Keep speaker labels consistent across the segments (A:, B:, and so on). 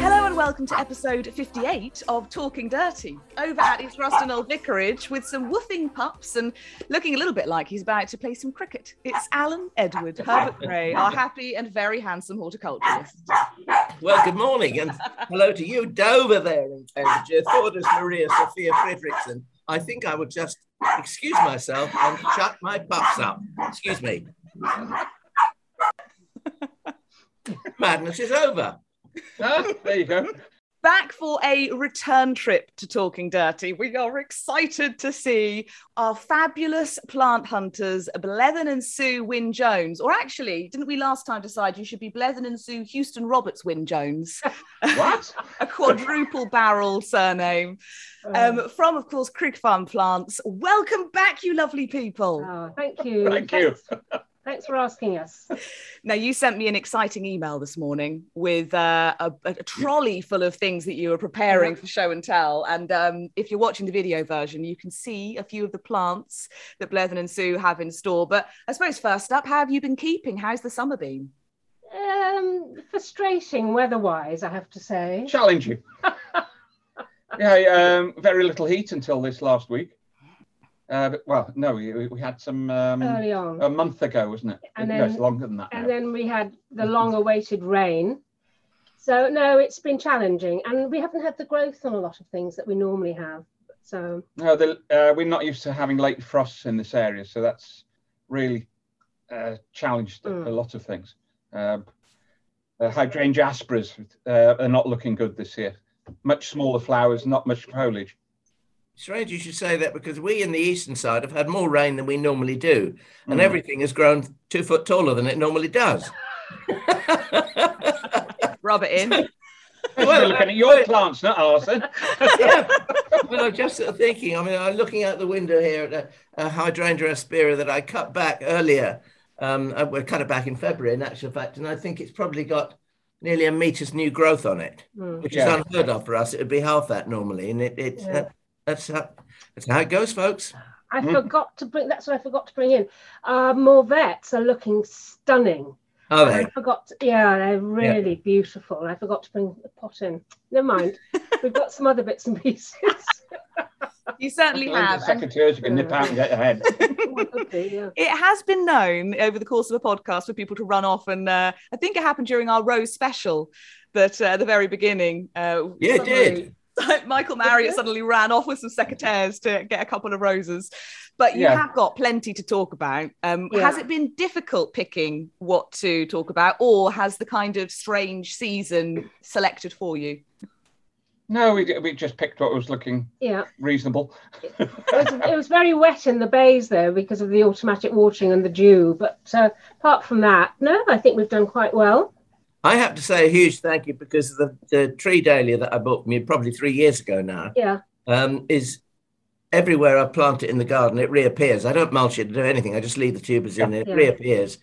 A: Hello and welcome to episode 58 of Talking Dirty, over at East Ruston Old Vicarage with some woofing pups and looking a little bit like he's about to play some cricket. It's Alan Edward Herbert Gray, our happy and very handsome horticulturist.
B: Well, good morning, and hello to you, Dover, there in Cambridge. Thordus Maria Sophia Fredrickson. I think I would just excuse myself and shut my pups up. Excuse me. Madness is over.
C: Oh, there you go.
A: Back for a return trip to Talking Dirty. We are excited to see our fabulous plant hunters, Blethen and Sue Wynne Jones. Or actually, didn't we last time decide you should be Blethen and Sue Houston Roberts Wynne Jones?
C: What?
A: a quadruple barrel surname um, from, of course, Crick Farm Plants. Welcome back, you lovely people.
D: Oh, thank you.
C: Thank you.
D: Thanks, thanks for asking us.
A: Now, you sent me an exciting email this morning with uh, a, a trolley full of things that you were preparing for show and tell. And um, if you're watching the video version, you can see a few of the plants that Blethen and Sue have in store. But I suppose first up, how have you been keeping? How's the summer been?
D: Um, frustrating weather-wise, I have to say.
C: Challenge you. yeah, um, very little heat until this last week. Uh, but, well, no, we, we had some um,
D: Early on.
C: a month ago, wasn't it?
D: And
C: no,
D: then-
C: it's longer than that.
D: and
C: now.
D: then we had the long-awaited rain. So no, it's been challenging, and we haven't had the growth on a lot of things that we normally have. So
C: no, the, uh, we're not used to having late frosts in this area, so that's really uh, challenged a-
D: Mm.
C: a lot of things. Um uh, hydrangea asperas uh, are not looking good this year. Much smaller flowers, not much foliage.
B: Strange you should say that because we in the eastern side have had more rain than we normally do, and
C: Mm.
B: everything has grown two foot taller than it normally does.
A: Rub it in.
C: Well, we're looking at your plants, not ours. Then.
B: yeah. Well, I'm just sort of thinking. I mean, I'm looking out the window here at a, a hydrangea aspera that I cut back earlier. Um, uh, we cut it back in February, in actual fact, and I think it's probably got nearly a metre's new growth on it,
D: mm.
B: which
C: Yeah.
B: is unheard of for us. It would be half that normally, and it, it's
D: Yeah.
B: uh, that's how that's how it goes, folks.
D: I
C: Mm.
D: forgot to bring. That's what I forgot to bring in. Our Morvettes are looking stunning.
B: Are
D: I
B: they?
D: forgot. to- yeah, they're really beautiful. I forgot to bring the pot in. Never mind. We've got some other bits and pieces.
A: You certainly have.
C: The
A: And
C: secretaries can nip out and get ahead.
D: Would be, yeah.
A: it has been known over the course of a podcast for people to run off and uh, i think it happened during our rose special that uh, at the very beginning uh,
B: Yeah, it did.
A: suddenly- michael marriott suddenly ran off with some secretaires to get a couple of roses but you
C: Yeah.
A: have got plenty to talk about um,
D: Yeah.
A: has it been difficult picking what to talk about or has the kind of strange season selected for you
C: No, we, d- we just picked what was looking
D: Yeah,
C: reasonable.
D: it was, it was very wet in the bays though because of the automatic watering and the dew. But uh, apart from that, no, I think we've done quite well.
B: I have to say a huge thank you because the, the tree dahlia that I bought me probably three years ago now
D: Yeah,
B: um, is everywhere I plant it in the garden, it reappears. I don't mulch it, do anything. I just leave the tubers in, it
D: Yeah.
B: reappears.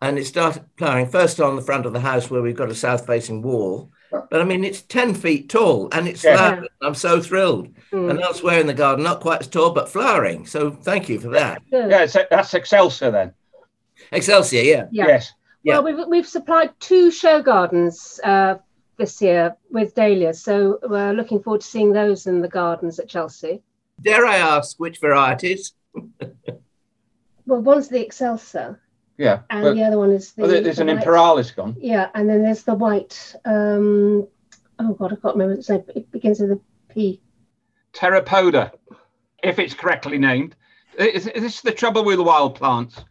B: And it started flowering first on the front of the house where we've got a south facing wall. But I mean, it's 10 feet tall and it's
C: Yeah.
B: flowering. I'm so thrilled.
D: Mm.
B: And elsewhere in the garden, not quite as tall, but flowering. So thank you for that.
D: good.
C: Yeah, it's, that's Excelsior then.
B: Excelsior, yeah.
D: Yeah.
C: Yes.
B: yeah.
D: Well, we've we've supplied two show gardens uh, this year with dahlias, so we're looking forward to seeing those in the gardens at Chelsea.
B: Dare I ask which varieties?
D: Well, one's the Excelsior,
C: Yeah.
D: and
C: But-
D: the other one is the.
C: well, there- there's
D: the
C: an
D: white-
C: Imperalis gone.
D: Yeah, and then there's the white. Um, oh God, I can't remember its name. but It begins with a P.
C: Pteropoda, if it's correctly named. Th- is- This is the trouble with wild plants.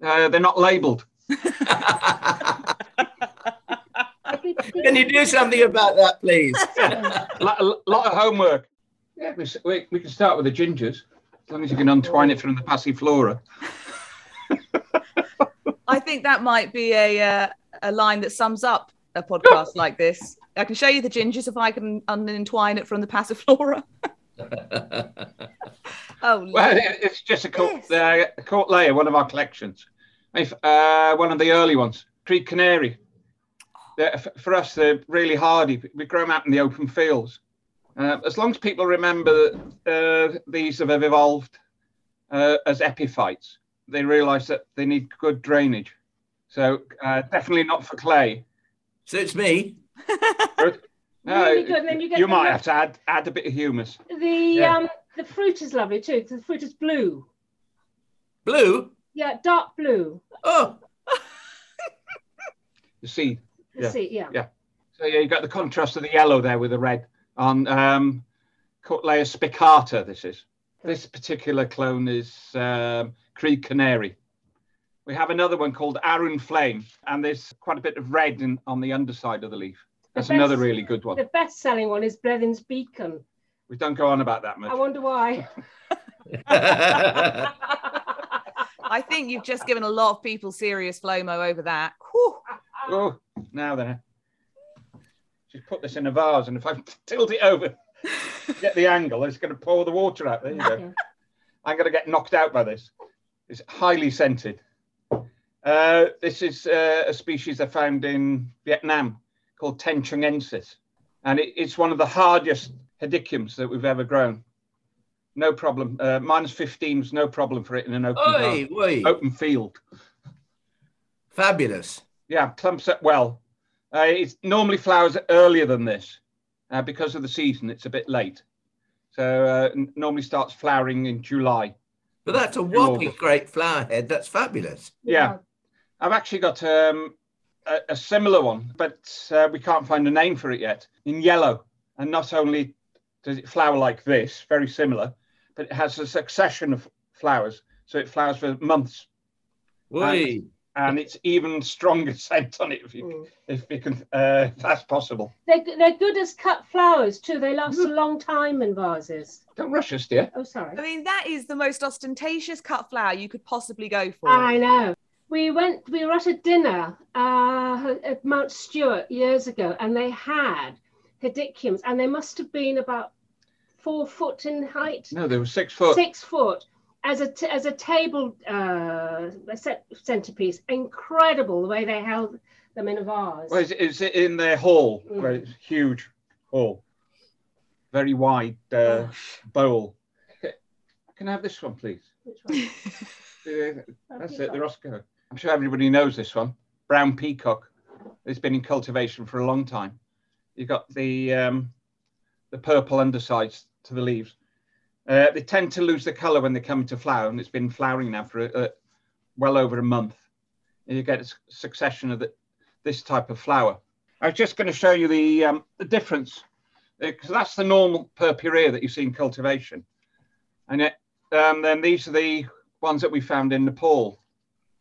C: Uh, they're not labelled.
B: Can you do something about that, please?
C: A lot, of homework. Yeah, we, s- we, we can start with the gingers, as long as you can untwine it from the passiflora.
A: I think that might be a uh, a line that sums up a podcast like this. I can show you the gingers if I can unentwine it from the passiflora. Oh,
C: Well,
A: lovely.
C: it- it's just a court,
A: Yes.
C: uh, a court layer, one of our collections. If, uh, one of the early ones, Creek Canary. They're- f- for us, they're really hardy. We grow them out in the open fields. Uh, as long as people remember that uh, these have evolved uh, as epiphytes, they realise that they need good drainage. So uh, definitely not for clay.
B: Suits me.
D: Really good, and then you get the
C: might
D: lo-
C: have to add, add a bit of humus.
D: The
B: Yeah.
D: um the fruit is lovely too because the fruit is blue.
B: Blue.
D: Yeah, dark blue.
B: Oh,
C: The seed.
D: The
C: Yeah.
D: seed, yeah.
C: Yeah. So yeah, you've got the contrast of the yellow there with the red on um, Cutleia spicata. This is this particular clone is um, Creed Canary. We have another one called Arun Flame, and there's quite a bit of red in, on the underside of the leaf. That's
D: best-
C: another really good one.
D: The best selling one is Blevins Beacon.
C: We don't go on about that
D: I
C: much.
D: wonder why.
B: I
A: I think you've just given a lot of people serious FOMO over that. Whew.
C: Oh, now then, just put this in a vase, and if I tilt it over, get the angle, it's going to pour the water out. There you go.
D: Yeah.
C: I'm going to get knocked out by this. It's highly scented. Uh, this is uh, a species they found in Vietnam called Tenchungensis, and it, it's one of the hardiest hediculums that we've ever grown. No problem. Uh, minus 15 is no problem for it in an open,
B: Oi,
C: garden-
B: oi.
C: open field.
B: Fabulous.
C: Yeah, clumps up well. Uh, it normally flowers earlier than this uh, because of the season. It's a bit late, so uh, n- normally starts flowering in July.
B: But that's a
C: You're
B: whopping
C: welcome.
B: great flower head. That's fabulous.
C: Yeah. I've actually got um, a, a similar one, but uh, we can't find a name for it yet. In yellow, and not only does it flower like this, very similar, but it has a succession of flowers, so it flowers for months,
B: Oi.
C: and it's even stronger scent on it if you,
D: Mm.
C: if you can, uh, if that's possible.
D: They're, g- they're good as cut flowers too. They last
C: Mm.
D: a long time in vases.
C: Don't rush us, dear.
D: Oh, sorry.
A: I mean, that is the most ostentatious cut flower you could possibly go for.
D: I know. We went. We were at a dinner uh, at Mount Stewart years ago, and they had hediculums, and they must have been about four foot in height,
C: No, they were six foot.
D: six foot, as a t- as a table uh, a set centerpiece. Incredible the way they held them in a vase.
C: Well, is, is it in their hall?
D: Mm.
C: Where it's huge hall, very wide uh, bowl. Okay. Can I have this one, please?
D: Which one?
C: Uh, That's it, the
D: Peacock.
C: Roscoe. I'm sure everybody knows this one. Brown peacock. It's been in cultivation for a long time. You've got the um, the purple undersides to the leaves. Uh, they tend to lose the colour when they come into flower, and it's been flowering now for uh, well over a month. And you get a s- succession of the, this type of flower. I was just going to show you the um, the difference because that's the normal purpurea that you see in cultivation, and yet, um, then these are the ones that we found in Nepal.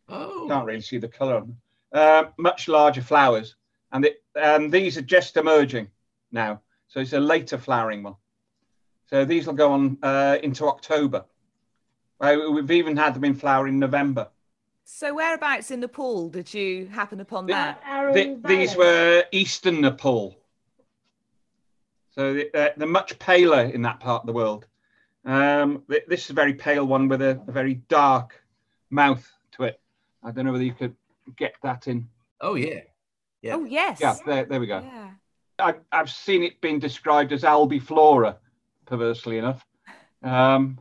C: Can't
B: Oh,
C: really see the colour on them. Um, much larger flowers, and it, um, these are just emerging now. So it's a later flowering one. So these will go on uh, into October. Uh, we've even had them in flower in November.
A: So, whereabouts in Nepal did you happen upon
C: Yeah.
A: that?
D: Aaron
C: Th- these
D: Valley.
C: were eastern Nepal. So th- uh, they're much paler in that part of the world. Um, th- this is a very pale one with a, a very dark mouth to it. I don't know whether you could get that in.
B: oh yeah. Yeah.
A: Oh, yes.
C: Yeah, there, there we go.
A: Yeah.
C: I, I've seen it being described as albiflora, perversely enough. Um,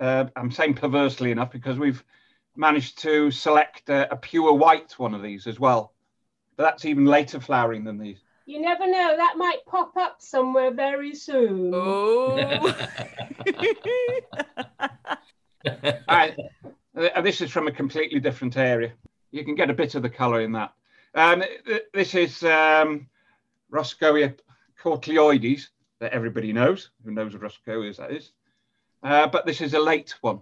C: uh, I'm saying perversely enough because we've managed to select a, a pure white one of these as well. But that's even later flowering than these.
D: You never know. That might pop up somewhere very soon.
A: Oh.
C: I, uh, this is from a completely different area. You can get a bit of the colour in that. Um, th- this is um, Roscoea cortioides that everybody knows. Who knows what Roscoe is? That is. Uh, but this is a late one.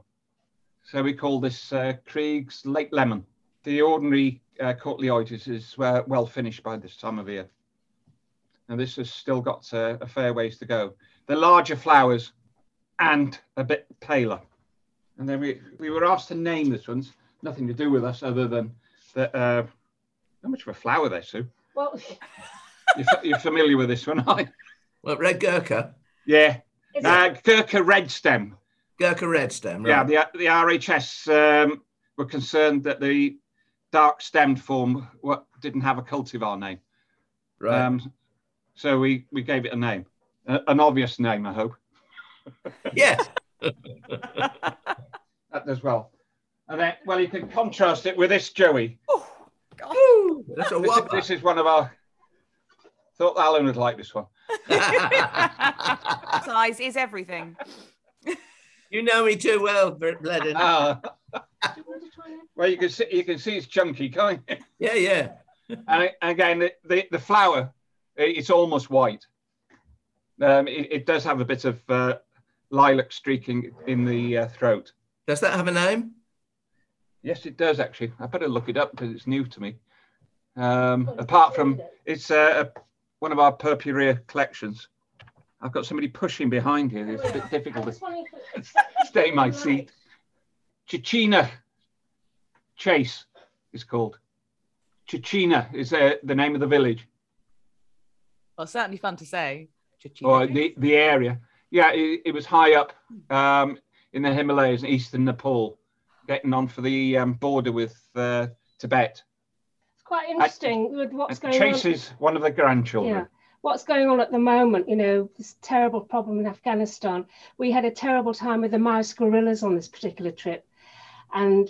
C: So we call this uh, Krieg's late lemon. The ordinary uh, cortioides is uh, well finished by this time of year. And this has still got uh, a fair ways to go. The larger flowers and a bit paler. And then we, we were asked to name this one. It's Nothing to do with us other than that. Uh, how much of a flower there, Sue?
D: Well,
C: You're, fa- you're familiar with this one, aren't you?
B: Well, red gurkha.
C: Yeah.
D: it's
C: Uh, Gurkha red stem.
B: Gurkha red stem. Right?
C: Yeah, the, the RHS um, were concerned that the dark stemmed form what, didn't have a cultivar name.
B: right.
C: Um, so we, we gave it a name, A- an obvious name, I hope,
B: yes.
C: that uh, as well. And then, well, you can contrast it with this Joey.
B: Oh, Woo, That's a
C: This, is-
B: whopper.
C: this is one of our. Thought Alan would like this one.
A: Size is everything.
B: you know me too well, Bledden.
C: Ah,
D: Do you want to try it?
C: well, you can see you can see it's chunky, can't you?
B: yeah, yeah.
C: And a- again, the, the, the flower, i- it's almost white. Um, it, it does have a bit of uh, lilac streaking in the uh, throat.
B: Does that have a name?
C: Yes, it does actually. I better look it up because it's new to me. Um,
D: Oh,
C: apart from it's uh, a- one of our purpurea collections. I've got somebody pushing behind here. It's a bit difficult to stay in my seat. Chichina Chase is called. Chichina is uh, the name of the village.
A: Well, certainly fun to say. Chichino.
C: or the, the area. Yeah, it, it was high up um, in the Himalayas, in eastern Nepal, getting on for the um, border with uh, Tibet.
D: It's quite interesting with what's
C: And
D: going
C: Chase
D: on.
C: is one of the grandchildren.
D: Yeah. What's going on at the moment, you know, this terrible problem in Afghanistan. We had a terrible time with the mouse gorillas on this particular trip. And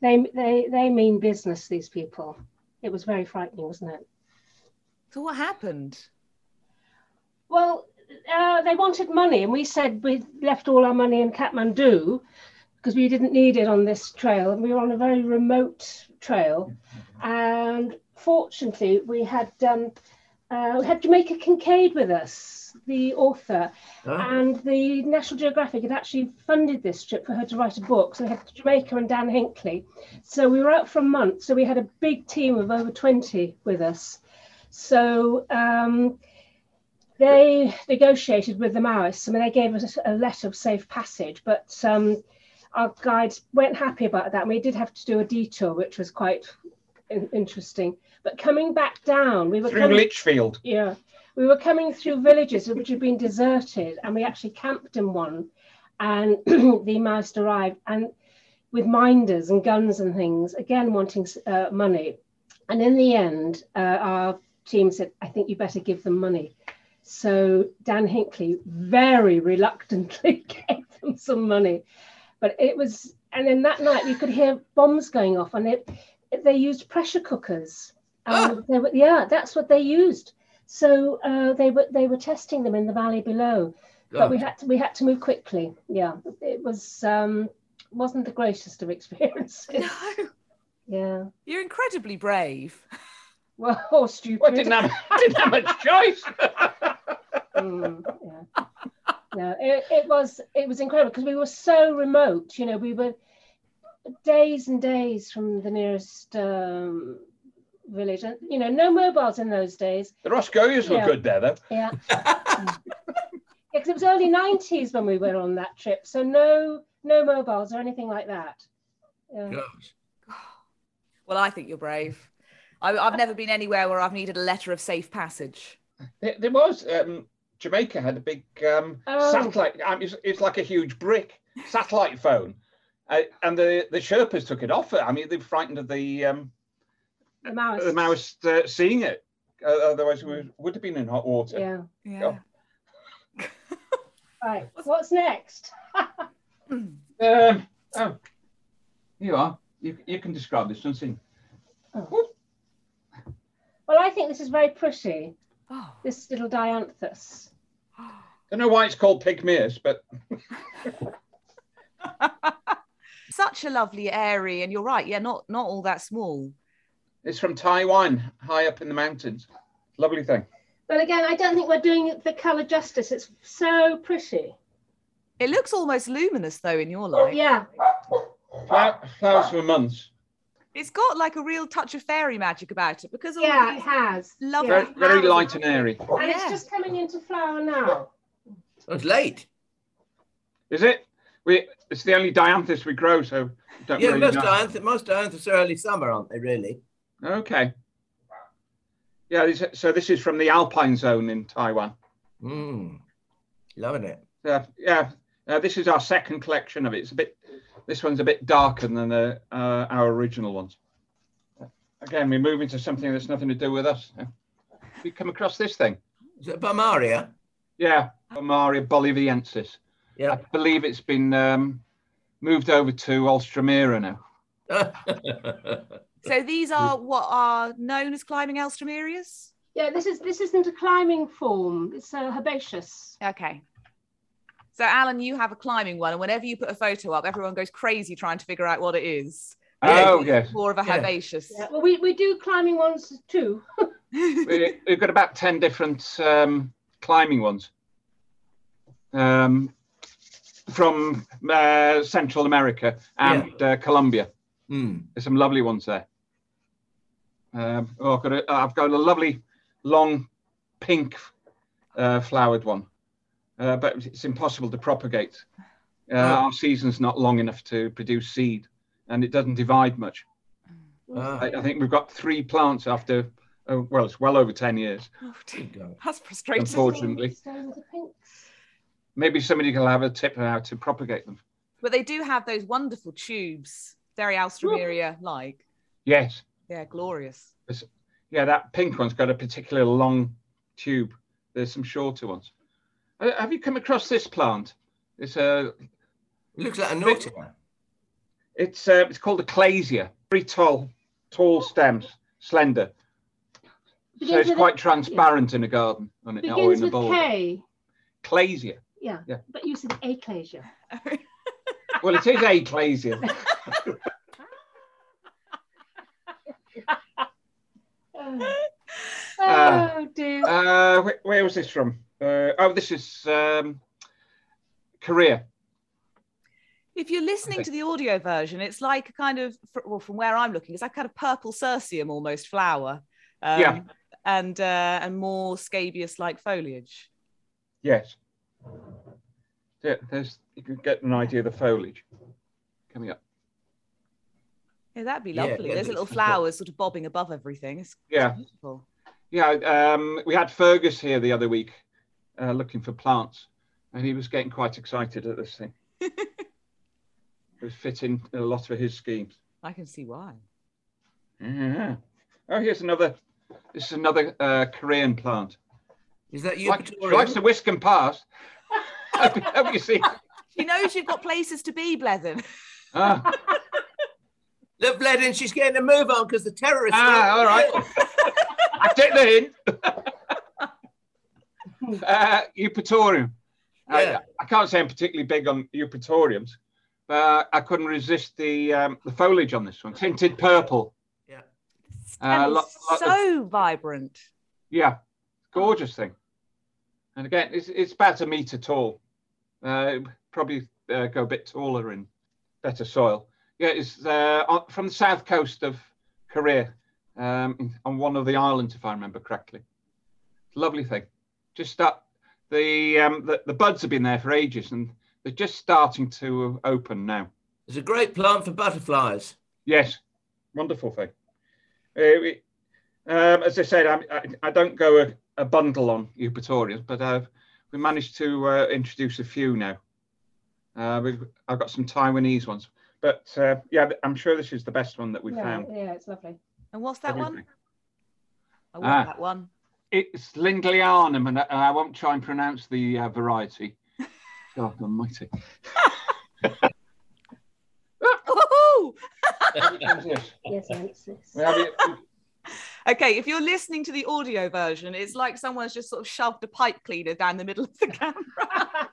D: they they they mean business, these people. It was very frightening, wasn't it?
A: So what happened?
D: Well, uh, they wanted money, and we said we left all our money in Kathmandu because we didn't need it on this trail. And we were on a very remote trail, and fortunately, we had um, uh, we had Jamaica Kincaid with us, the author,
B: Huh?
D: and the National Geographic had actually funded this trip for her to write a book. So we had Jamaica and Dan Hinckley. So we were out for a month. So we had a big team of over 20 with us. So um, they negotiated with the Maoists. I mean, they gave us a letter of safe passage, but um, our guides weren't happy about that. We did have to do a detour, which was quite in- interesting. But coming back down, we were
C: Through
D: coming,
C: Litchfield.
D: yeah. We were coming through villages which had been deserted, and we actually camped in one. And the mouse arrived and with minders and guns and things, again wanting uh, money. And in the end, uh, our team said, I think you better give them money. So Dan Hinckley very reluctantly gave them some money. But it was, and then that night we could hear bombs going off, and it, they used pressure cookers. Um, they were, yeah, that's what they used. So uh, they were they were testing them in the valley below, but we
B: God.
D: had to, we had to move quickly. Yeah, it was um, wasn't the greatest of experiences.
A: No,
D: Yeah,
A: you're incredibly brave.
D: well, or stupid.
C: Well, didn't have, didn't have much choice.
D: Mm, yeah. No, it, it was it was incredible because we were so remote. You know, we were days and days from the nearest um, village, and you know, no mobiles in those days.
C: the Roscoe's were
D: Yeah.
C: good there, though.
D: Yeah. Because it was early 90s when we went on that trip, so no no mobiles or anything like that. Yeah.
B: Gosh.
A: Well, I think you're brave. I, I've never been anywhere where I've needed a letter of safe passage.
C: There, there was um, Jamaica had a big um,
D: Oh.
C: satellite. Um, it's, it's like a huge brick satellite phone, uh, and the the Sherpas took it off. I mean, they were frightened of the um,
D: The mouse.
C: the mouse uh, seeing it. Uh, otherwise, we would have been in hot water.
D: Yeah.
A: Yeah.
D: Right. What's next?
C: Um, oh, you are. You, you can describe this one, soon.
D: Oh. Well, I think this is very pretty.
A: Oh.
D: This little dianthus.
C: don't know why it's called pig mears, but
A: Such a lovely airy, and you're right. Yeah, not not all that small.
C: it's from Taiwan, high up in the mountains. Lovely thing.
D: But again, I don't think we're doing the colour justice. It's so pretty.
A: It looks almost luminous though in your light.
D: Yeah.
C: Flow- Flowers for months.
A: It's got like a real touch of fairy magic about it because all
D: Yeah, it
A: these
D: has.
A: lovely
C: Very, very
A: flowers-
C: light and airy.
D: And it's
A: Yeah.
D: just coming into flower now.
B: Oh, it's late.
C: Is it? We it's the only dianthus we grow, so we don't
B: Yeah,
C: really
B: most
C: know.
B: dianthus, most dianthus are early summer, aren't they, really?
C: Okay. Yeah, this, so this is from the Alpine zone in Taiwan.
B: Mm. Hmm. Loving it.
C: Yeah, yeah, Uh, this is our second collection of it. It's a bit, this one's a bit darker than the, uh, our original ones. Again, we move into something that's nothing to do with us. We come across this thing.
B: Is it Bamaria?
C: Yeah, Bamaria boliviensis.
B: Yeah.
C: I believe it's been um, moved over to Ulstramira now.
A: So these are what are known as climbing Alstroemerias.
D: Yeah, this is this isn't a climbing form. It's a herbaceous.
A: Okay. So Alan, you have a climbing one, and whenever you put a photo up, everyone goes crazy trying to figure out what it is.
B: Yeah,
C: Oh,
A: It's
C: yes.
A: More of a
B: Yeah.
A: herbaceous.
D: Yeah, well, we, we do climbing ones too.
C: we, we've got about 10 different um, climbing ones um, from uh, Central America and uh, Colombia.
B: Hmm.
C: There's some lovely ones there. Um, oh, I've, got a, I've got a lovely long pink uh, flowered one, uh, but it's impossible to propagate. Uh,
B: Ah.
C: Our season's not long enough to produce seed and it doesn't divide much.
B: Ah,
C: I, I think we've got three plants after, uh, well, it's well over 10 years.
A: Oh, dear.
B: good God.
A: That's frustrating.
C: Unfortunate. Fortunately.
D: Stay with the pinks.
C: Maybe somebody can have a tip on how to propagate them.
A: But they do have those wonderful tubes, very Alstroemeria like.
C: Yes.
A: Yeah, glorious.
C: Yeah, that pink one's got a particular long tube. There's some shorter ones. Uh, have you come across this plant? It's a
B: Looks like a naughty one.
C: It's uh, it's called a clasia. Very tall, tall stems, slender. So
D: Begins
C: it's
D: with a-
C: quite transparent in a garden, on it, or
D: Begins
C: in a
D: with
C: bowl.
D: K.
C: Clasia.
D: Yeah.
C: Yeah.
D: But you said aclasia.
C: Well, it is a clasia.
D: Oh,
C: Ah.
D: oh dear.
C: Uh, where, where was this from? Uh, oh, this is um, Korea.
A: If you're listening
C: Okay.
A: to the audio version, it's like a kind of, fr- well, from where I'm looking, it's like kind of purple circium almost flower. Um,
C: Yeah.
A: And uh, and more scabious like foliage.
C: Yes. Yeah, there's you can get an idea of the foliage coming up.
A: Yeah, that'd be
B: Yeah,
A: lovely.
B: yeah,
A: There's
B: it's-
A: little
B: it's got-
A: flowers sort of bobbing above everything. It's
C: Yeah.
A: beautiful.
C: Yeah, um, we had Fergus here the other week uh, looking for plants, and he was getting quite excited at this thing. it was fitting a lot of his schemes.
A: I can see why.
C: Yeah. Oh, here's another. This is another uh, Korean plant.
B: Is that you?
C: Like,
B: Victoria?
C: likes to whisk and pass. hope, hope you see.
A: She knows you've got places to be, Blethyn.
C: Ah,
B: Look, Bledin, she's getting a move on because the terrorists.
C: ah, all right. I take the hint. uh, Eupatorium.
B: Yeah.
C: I, I can't say I'm particularly big on Eupatoriums, but I couldn't resist the um, the foliage on this one, tinted purple. Uh,
A: And
C: lo-
A: it's
C: lo-
A: so vibrant.
C: Yeah, gorgeous thing. And again, it's, it's about a meter tall. Uh, probably uh, go a bit taller in better soil. Yeah, it's uh, on- from the south coast of Korea, um, on one of the islands, if I remember correctly. Lovely thing. Just start the, um, the the buds have been there for ages, and they're just starting to open now.
B: It's a great plant for butterflies.
C: Yes, wonderful thing. Uh, we- um, as I said, I, I, I don't go a, a bundle on Eupatorians, but uh, we managed to uh, introduce a few now. Uh, we've, I've got some Taiwanese ones, but uh, yeah, I'm sure this is the best one that we
D: yeah,
C: found.
D: yeah, it's lovely.
A: And what's that one?
C: Everything.
A: I want
C: Ah.
A: that one.
C: It's Lindleyanum, and I, I won't try and pronounce the uh, variety. God almighty.
A: Woohoo!
C: Which one's this?
D: Yes, and it's this.
C: We have it-
A: Okay, if you're listening to the audio version, it's like someone's just sort of shoved a pipe cleaner down the middle of the camera.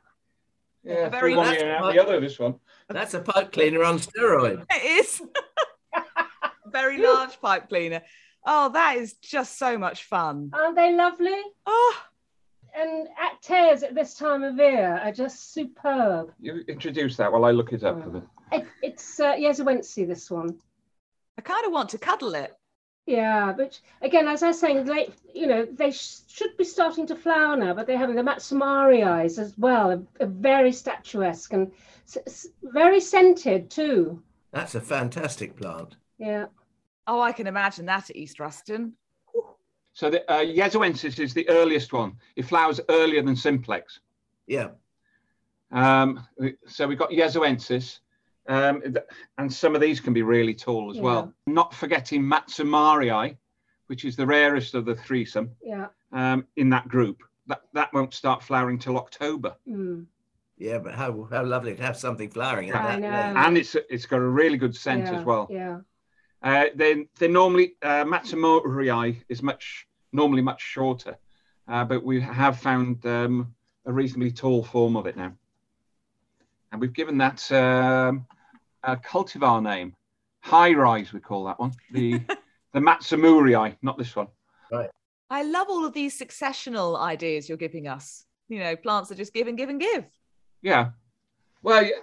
C: yeah,
A: Very
C: through one
B: nice
C: ear and out
B: one.
C: the other, this one.
B: That's a pipe cleaner on steroid.
A: It is. Very large pipe cleaner. Oh, that is just so much fun.
D: Aren't they lovely?
A: Oh,
D: And actors at this time of year are just superb.
C: You introduce that while I look it up. for them.
D: It, it's uh, yes, I went to see this one.
A: I kind of want to cuddle it.
D: Yeah, but again, as I was saying, they, you know, they sh- should be starting to flower now, but they haven't. The Matsumari eyes as well are, are very statuesque and s- s- very scented too.
B: That's a fantastic plant.
D: Yeah,
A: Oh, I can imagine that at East Ruston.
C: So the uh, Yezoensis is the earliest one. It flowers earlier than simplex.
B: Yeah.
C: Um, so we've got Yezoensis, um, and some of these can be really tall as
D: Yeah.
C: well. Not forgetting Matsumarii, which is the rarest of the threesome
D: Yeah.
C: um, in that group. That, that won't start flowering till October.
D: Mm.
B: Yeah, but how, how lovely to have something flowering at
D: I
B: that
D: know.
B: late.
C: And it's it's got a really good scent
D: Mm. yeah,
C: as well.
D: Yeah.
C: Uh, then they normally uh, Matsumorii is much normally much shorter, uh, but we have found um, a reasonably tall form of it now, and we've given that um, a cultivar name, high rise. We call that one the the Matsumorii, not this one.
A: I love all of these successional ideas you're giving us. You know, plants that just give and give and give.
C: Yeah. Well, y-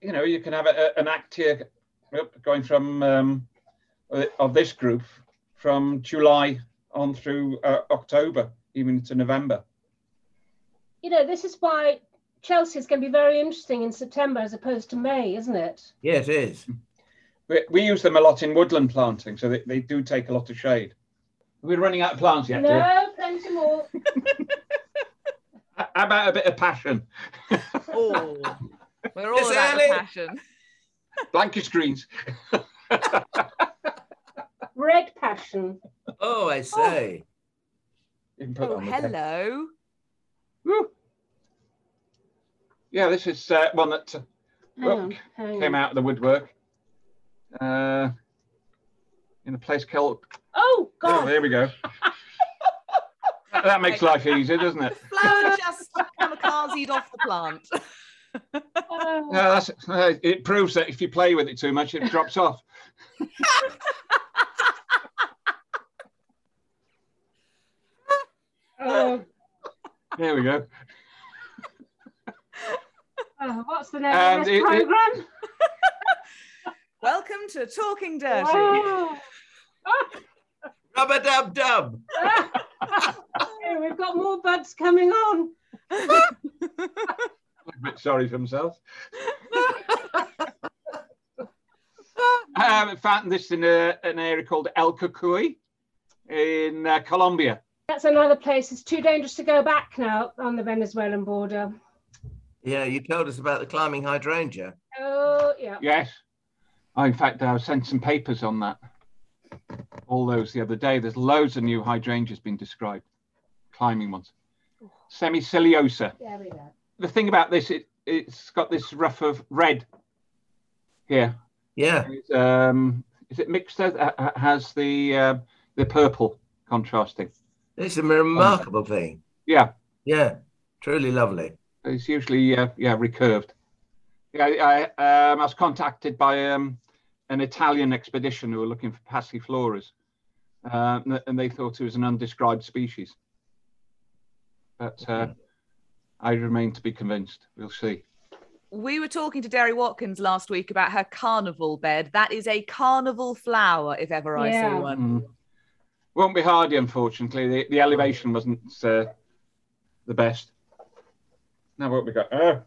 C: you know, you can have a, a- an act here oop, going from um, uh, of this group from July on through uh, October, even to November.
D: You know, this is why Chelsea is going to be very interesting in September as opposed to May, isn't it?
B: Yeah, it is.
C: We, we use them a lot in woodland planting, so they, they do take a lot of shade. We're running out of plants yet. dear?
D: no, plenty more.
C: How about a bit of passion?
A: Oh, we're all
B: Miss
A: about the
B: Ellie.
A: passion.
C: Blanket greens.
D: Red passion.
B: Oh, I say.
C: You can put that
A: Oh,
C: on the deck.
A: hello.
C: Woo. Yeah, this is uh, one that uh,
D: Hang
C: Well,
D: on. Hang
C: came
D: on.
C: out of the woodwork uh, in a place called
D: Oh,
C: Oh,
D: God.
C: there we go. that, that makes life easier, doesn't it?
A: Flower just kamikaze off the plant.
D: Oh.
C: No, that's, uh, it proves that if you play with it too much, it drops off.
D: Oh,
C: There we go.
D: oh, what's the name
C: And
D: of
C: it-
D: this
C: it-
D: program?
A: Welcome to Talking Dirty.
D: Wow.
B: Rubber dub dub.
D: Hey, We've got more buds coming on.
C: A bit sorry for himself. um, found this in a, an area called El Cucuy in uh, Colombia.
D: That's another place. It's too dangerous to go back now on the Venezuelan border.
B: Yeah, you told us about the climbing hydrangea.
D: Oh, yeah.
C: Yes. Oh, in fact, I sent some papers on that. All those the other day. There's loads of new hydrangeas been described, climbing ones. Semiceliosa.
D: There we go.
C: the thing about this, it it's got this rough of red here.
B: Yeah,
C: It's, um, is it mixed? There? Uh, uh, has the uh, the purple contrasting?
B: it's a remarkable thing.
C: Yeah,
B: Yeah, truly lovely.
C: it's usually uh, yeah recurved. Yeah, I, I, um, I was contacted by um, an Italian expedition who were looking for passifloras, uh, n- and they thought it was an undescribed species. But uh, I remain to be convinced. We'll see.
A: We were talking to Derry Watkins last week about her carnival bed. That is a carnival flower, if ever I
D: Yeah.
A: saw one.
C: Mm. Won't be hardy, unfortunately. The, the elevation wasn't uh, the best. Now what we got? Oh,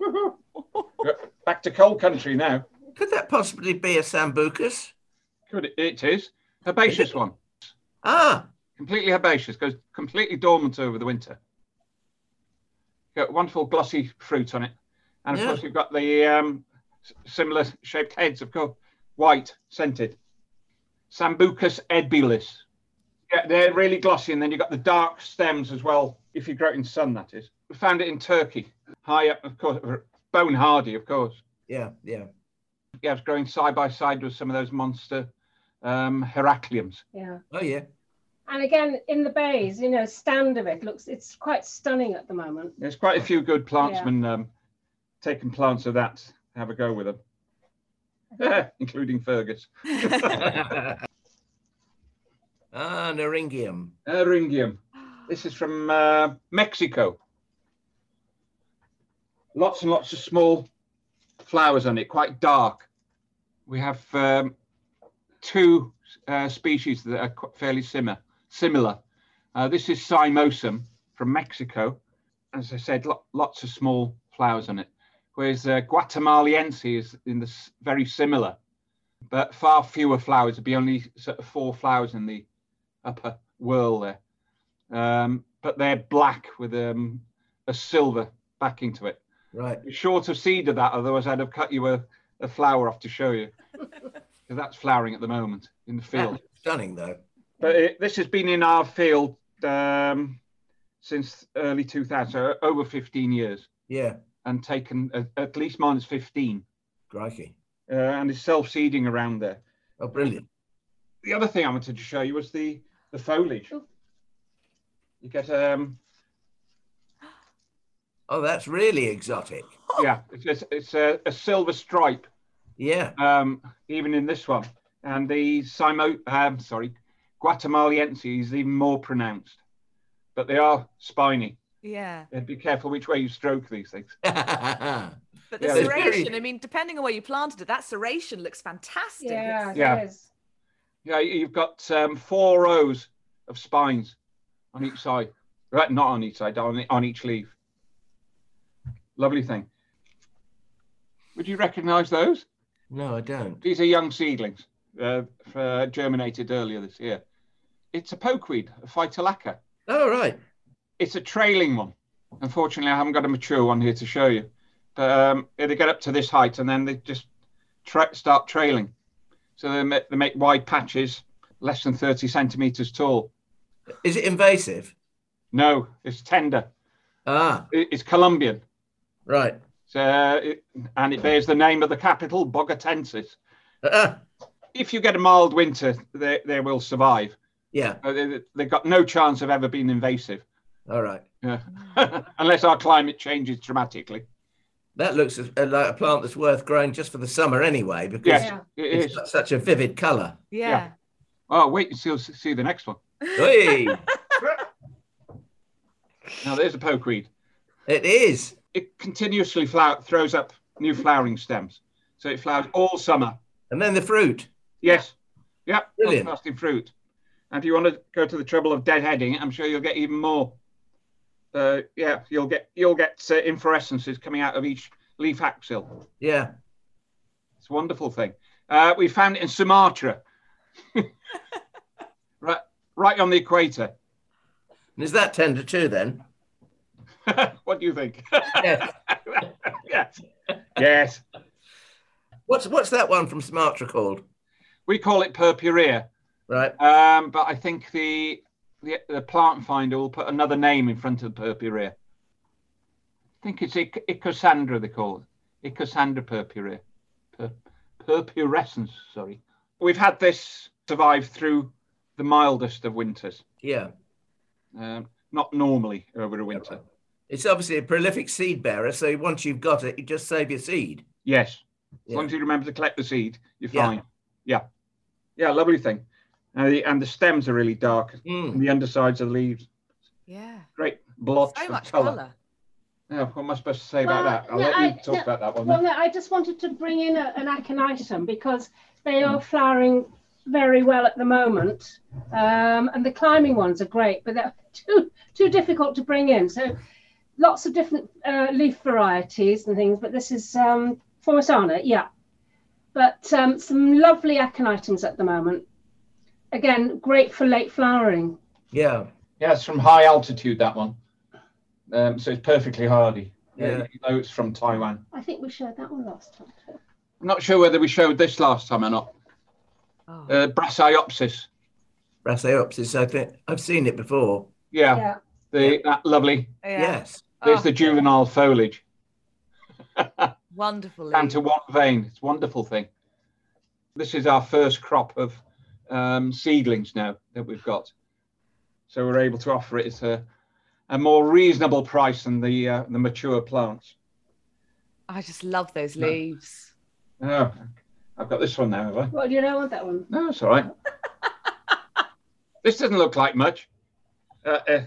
C: woohoo. We're back to cold country now.
B: Could that possibly be a sambucus?
C: Good, it is herbaceous one.
B: Ah,
C: Completely herbaceous, goes completely dormant over the winter. Got wonderful glossy fruit on it, and of
B: Yeah.
C: course we've got the um, s- similar shaped heads, of course, white scented. Sambucus edbilis. Yeah, they're really glossy, and then you've got the dark stems as well. If you grow it in sun, that is. We found it in Turkey, high up, of course, bone hardy, of course.
B: yeah, yeah.
C: Yeah, it's growing side by side with some of those monster um, Heracleums.
D: Yeah.
B: Oh, yeah.
D: And again, in the bays, you know, stand of it looks, it's quite stunning at the moment.
C: There's quite a few good plantsmen um, taking plants of that. Have a go with them, including Fergus.
B: ah, Naringium.
C: Eryngium. This is from uh, Mexico. Lots and lots of small flowers on it, quite dark. We have um, two uh, species that are qu- fairly similar. Similar. Uh, this is Cymosum from Mexico. As I said, lo- lots of small flowers on it. Whereas uh, Guatemaliense is in the s- very similar, but far fewer flowers. There'd be only sort of four flowers in the upper whirl there. Um, but they're black with um, a silver backing to it.
B: Right.
C: You're short of seed of that, otherwise I'd have cut you a, a flower off to show you. Because that's flowering at the moment in the field.
B: Stunning though.
C: But it, this has been in our field um, since early 2000, so over 15 years,
B: Yeah.
C: and taken at, at least minus 15,
B: Crikey.
C: uh, and is self seeding around there.
B: Oh, brilliant.
C: the other thing I wanted to show you was the the foliage. You get um
B: Oh, that's really exotic.
C: yeah, it's it's, it's a, a silver stripe
B: Yeah.
C: um even in this one, and the Simo um sorry Guatemalense is even more pronounced, but they are spiny.
E: Yeah.
C: And be careful which way you stroke these things.
E: But the
C: Yeah,
B: it's very-
E: serration, I mean, depending on where you planted it, that serration looks fantastic.
D: Yeah,
E: It's-
C: Yeah.
D: it is.
C: Yeah, you've got um, four rows of spines on each side. Right, not on each side, on on each leaf. Lovely thing. Would you recognise those?
B: no, I don't.
C: These are young seedlings, uh, f- uh, germinated earlier this year. It's a pokeweed, a phytolacca.
B: Oh, right.
C: It's a trailing one. Unfortunately, I haven't got a mature one here to show you. But um, they get up to this height and then they just tra- start trailing. So they make, they make wide patches, less than 30 centimeters tall.
B: Is it invasive?
C: No, it's tender.
B: Ah,
C: It- It's Colombian.
B: right.
C: So, it, and it bears the name of the capital, Bogotensis.
B: Ah,
C: If you get a mild winter, they, they will survive.
B: yeah.
C: Uh, they, they've got no chance of ever being invasive,
B: All right.
C: yeah. unless our climate changes dramatically.
B: That looks as- uh, like a plant that's worth growing just for the summer anyway, because
C: Yes,
D: Yeah.
C: it
B: it's
C: is.
B: got such a vivid colour.
E: Yeah.
C: Yeah. Oh, wait and see, see the next one.
B: Hey,
C: Now, there's a pokeweed.
B: it is.
C: It continuously flower, throws up new flowering stems. So it flowers all summer.
B: And then the fruit.
C: Yes. Yeah.
B: Brilliant.
C: Podcasting fruit. And if you want to go to the trouble of deadheading, I'm sure you'll get even more. Uh, yeah, you'll get you'll get uh, inflorescences coming out of each leaf axil.
B: Yeah.
C: It's a wonderful thing. Uh, we found it in Sumatra, right, right on the equator.
B: And is that tender too then?
C: what do you think?
B: Yes.
C: yes, yes.
B: What's what's that one from Sumatra called?
C: We call it purpurea,
B: Right.
C: um, but I think the, the the plant finder will put another name in front of purpurea. I think it's Ic- Icosandra they call it. Icosandra purpurea, Pur- purpurescence. Sorry, we've had this survive through the mildest of winters.
B: Yeah.
C: Um, not normally over a winter.
B: It's obviously a prolific seed bearer, so once you've got it, you just save your seed.
C: Yes. As
B: Yeah.
C: long as you remember to collect the seed, you're
B: Yeah.
C: fine. Yeah. Yeah, lovely thing. And the, and the stems are really dark.
B: Mm.
C: And the undersides of the leaves,
E: Yeah.
C: great blots
E: So
C: of
E: much
C: colour.
E: colour.
C: Yeah, what am I supposed to say
D: Well,
C: about that? I'll
D: no,
C: let you
D: I-
C: talk
D: no,
C: about that one.
D: Well,
C: then.
D: no, I just wanted to bring in a, an aconitum because they are flowering very well at the moment, um, and the climbing ones are great, but they're too too difficult to bring in. So, lots of different uh, leaf varieties and things, but this is um, Formisana, yeah. But um, some lovely aconitums at the moment. Again, great for late flowering.
B: Yeah.
C: Yeah, it's from high altitude, that one. Um, so it's perfectly hardy.
B: Yeah.
C: you know it's from Taiwan.
D: I think we shared that one last time.
C: I'm not sure whether we showed this last time or not.
E: Oh.
C: Uh, Brasiopsis.
B: Brasiopsis, I think I've seen it before.
C: Yeah,
D: Yeah.
C: The, that lovely.
E: yeah.
B: Yes.
C: There's
E: Oh,
C: the juvenile foliage
E: wonderful.
C: down
E: leaf.
C: to one vein. It's a wonderful thing. This is our first crop of um, seedlings now that we've got. So we're able to offer it at a, a more reasonable price than the, uh, the mature plants.
E: I just love those
C: No.
E: leaves.
C: Oh, I've got this one now, have I?
D: Well, you don't want that one.
C: No, it's all right. this doesn't look like much. Uh, uh,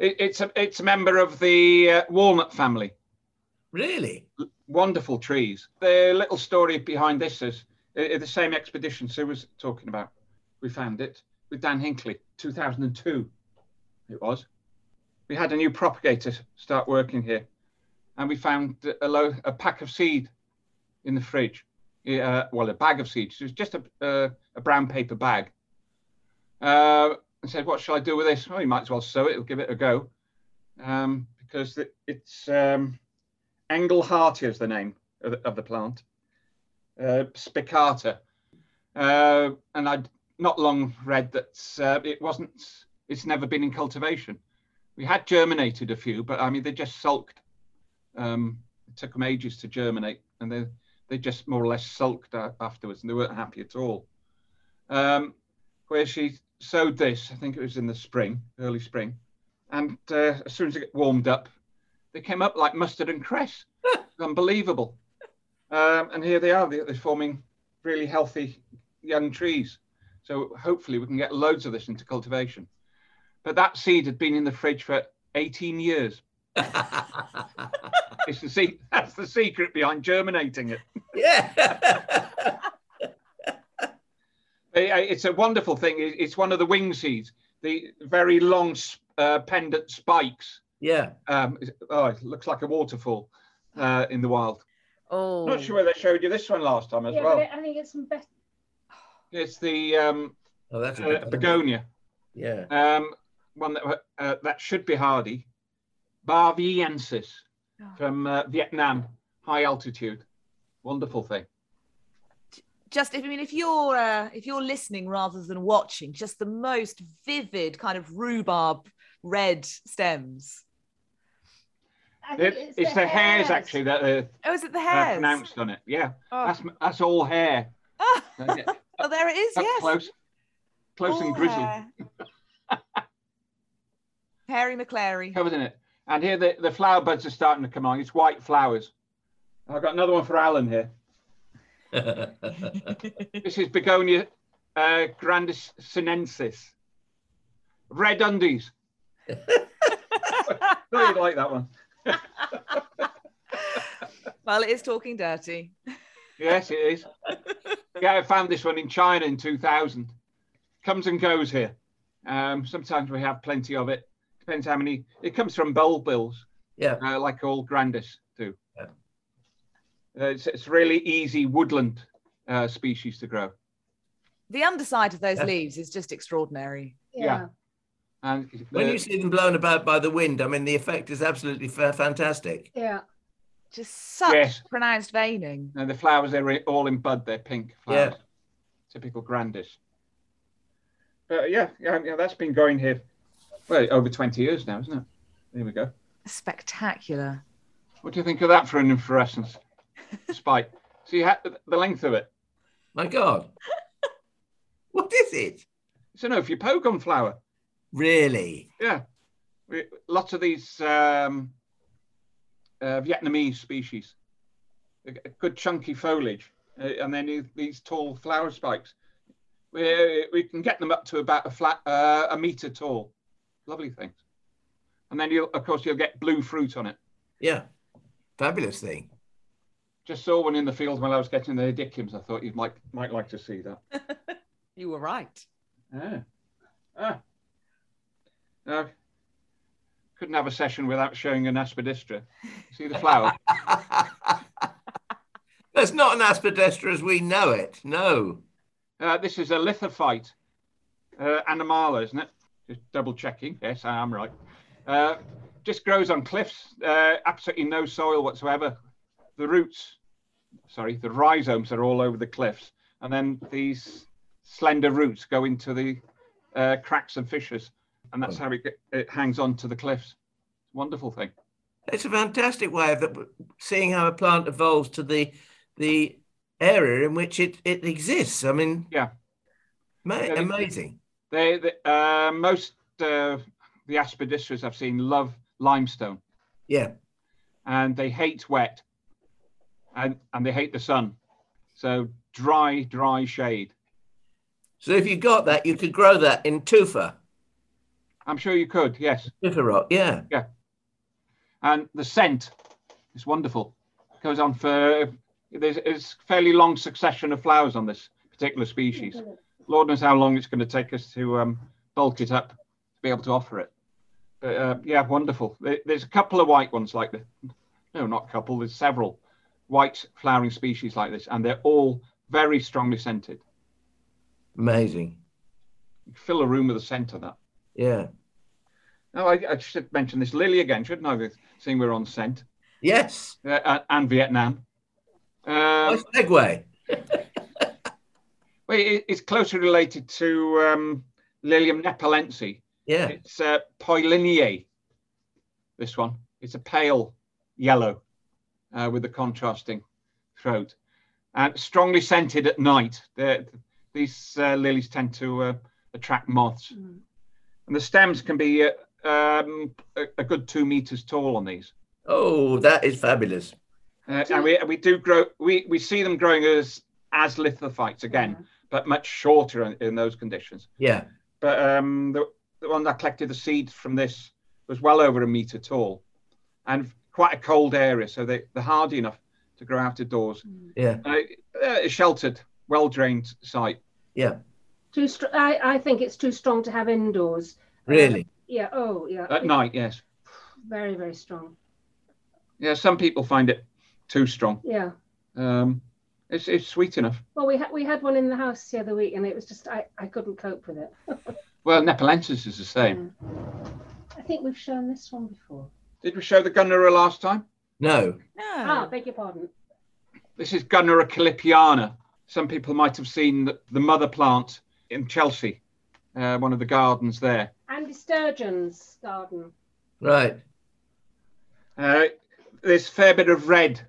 C: it, it's a it's a member of the uh, walnut family.
B: Really?
C: Wonderful trees. The little story behind this is uh, the same expedition Sue was talking about. We found it with Dan Hinckley, 2002. It was. We had a new propagator start working here, and we found a, lo- a pack of seed in the fridge. Uh, well, a bag of seeds. It was just a, uh, a brown paper bag. Uh, and said, "What shall I do with this? Well, you might as well sow it. We'll give it a go, um, because it, it's um, Engelhartia is the name of the, of the plant. Uh, spicata. Uh, and I'd not long read that uh, it wasn't, it's never been in cultivation. We had germinated a few, but I mean, they just sulked. Um, it took them ages to germinate and they, they just more or less sulked a- afterwards and they weren't happy at all. Um, where she sowed this, I think it was in the spring, early spring. And uh, as soon as it warmed up, they came up like mustard and cress. Unbelievable. Um, and here they are, they- they're forming really healthy young trees. So hopefully we can get loads of this into cultivation. But that seed had been in the fridge for 18 years. It's the se- that's the secret behind germinating it.
B: yeah.
C: I- I- It's a wonderful thing. It- It's one of the wing seeds, the very long s- uh, pendant spikes.
B: yeah.
C: Um, is- oh, it looks like a waterfall uh, in the wild.
E: Oh,
C: Not sure whether I showed you this one last time as
D: yeah,
C: well.
D: but I think it's some better.
C: It's the um,
B: Oh, that's a
C: uh,
B: good one.
C: begonia,
B: Yeah.
C: um, one that uh, that should be hardy, Barviensis from uh, Vietnam, high altitude. Wonderful thing.
E: just if I mean, if you're uh, if you're listening rather than watching, just the most vivid kind of rhubarb red stems.
D: I think
C: It- it's, the, hairs, actually that are
E: Oh, is it the
C: uh,
E: hairs?
C: pronounced on it. Yeah,
E: oh.
C: that's that's all hair.
E: Ah,
C: That's it.
E: oh, there it is.
C: Up
E: yes,
C: close, close
E: All
C: and grizzly,
E: hair. Harry McClary.
C: covered in it. And here the, the flower buds are starting to come on. It's white flowers. I've got another one for Alan here. This is Begonia uh, grandissinensis. Red undies. Thought you'd like that one.
E: Well, it is talking dirty.
C: Yes, it is. Yeah, I found this one in China in 2000. Comes and goes here. Um, sometimes we have plenty of it. Depends how many. It comes from bulbils,
B: yeah.
C: uh, like all grandis do.
B: Yeah.
C: Uh, it's, it's really easy woodland uh, species to grow.
E: The underside of those
B: Yeah.
E: leaves is just extraordinary.
C: yeah. And
B: When
C: the-
B: you see them blown about by the wind, I mean, the effect is absolutely fa- fantastic.
D: yeah. yeah.
E: Just such
C: Yes.
E: pronounced veining.
C: No, the flowers are re- all in bud. They're pink flowers. Typical grandis. But yeah, yeah, yeah, that's been going here, well, over 20 years now, isn't it? There we go.
E: Spectacular.
C: What do you think of that for an inflorescence spike? See how, the length of it.
B: My God. what is it?
C: It's an Ophiopogum flower.
B: Really?
C: Yeah. We, lots of these um, uh, Vietnamese species, a g- a good chunky foliage, uh, and then these- these tall flower spikes. We, we can get them up to about a flat uh, a meter tall. Lovely things. And then you'll, of course, you'll get blue fruit on it.
B: Yeah. Fabulous thing.
C: Just saw one in the field while I was getting the hediculums. I thought you might might like to see that.
E: You were right.
C: Ah. Ah. No. Couldn't have a session without showing an aspidistra. See the flower?
B: That's not an aspidistra as we know it. No.
C: Uh, this is a lithophyte, uh, Animala, isn't it? Just double checking. Yes, I am right. Uh, just grows on cliffs, uh, absolutely no soil whatsoever. The roots, sorry, the rhizomes are all over the cliffs. And then these slender roots go into the uh, cracks and fissures. And that's how it, get- it hangs on to the cliffs. Wonderful thing.
B: It's a fantastic way of the- seeing how a plant evolves to the the area in which it, it exists. I mean,
C: Yeah.
B: ma-
C: it-
B: amazing.
C: They, they uh, most uh, the aspidistras I've seen love limestone.
B: Yeah.
C: and they hate wet and and they hate the sun so dry dry shade
B: So if you got that, you could grow that in tufa,
C: i'm sure you could yes
B: tufa rock. Yeah.
C: and the scent is wonderful goes on for there's it's fairly long succession of flowers on this particular species lord knows how long it's going to take us to um, bulk it up to be able to offer it but uh, yeah wonderful There- there's a couple of white ones like this no not a couple there's several white flowering species like this and they're all very strongly scented
B: Amazing.
C: fill a room with a scent of that
B: Yeah.
C: No, I, I should mention this lily again, shouldn't I? with- Seeing we're on scent.
B: Yes.
C: uh, and, and Vietnam. Um,
B: Nice segue.
C: well, it, it's closely related to um, Lilium nepalensi.
B: Yeah.
C: It's uh, Poiliniae, this one. It's a pale yellow uh, with a contrasting throat. And strongly scented at night. They're- these uh, lilies tend to uh, attract moths. And the stems can be uh, um, a, a good two meters tall on these.
B: Oh, that is fabulous.
C: Uh, and we, we do grow, we, we see them growing as, as lithophytes again, but much shorter in, in those conditions.
B: Yeah.
C: But um, the, the one that collected the seeds from this was well over a meter tall and quite a cold area. So they, they're hardy enough to grow out of doors.
B: Yeah.
C: Uh, uh, a sheltered, well drained site.
B: Yeah.
D: Too str- I, I think it's too strong to have indoors. Um,
B: Really.
D: Yeah. Oh, yeah.
C: At night, yes.
D: Very, very strong.
C: Yeah, some people find it too strong.
D: Yeah.
C: Um, it's, it's sweet enough.
D: Well, we had we had one in the house the other week, and it was just I, I couldn't cope with it.
C: Well, Nepalensis is the same.
D: I think we've shown this one before.
C: Did we show the Gunnera last time?
B: No.
A: Oh.
E: Oh.
D: Ah, beg your pardon.
C: This is Gunnera calipiana. Some people might have seen the, the mother plant in Chelsea, uh, one of the gardens there.
D: Andy Sturgeon's garden.
B: Right.
C: Uh, there's a fair bit of red.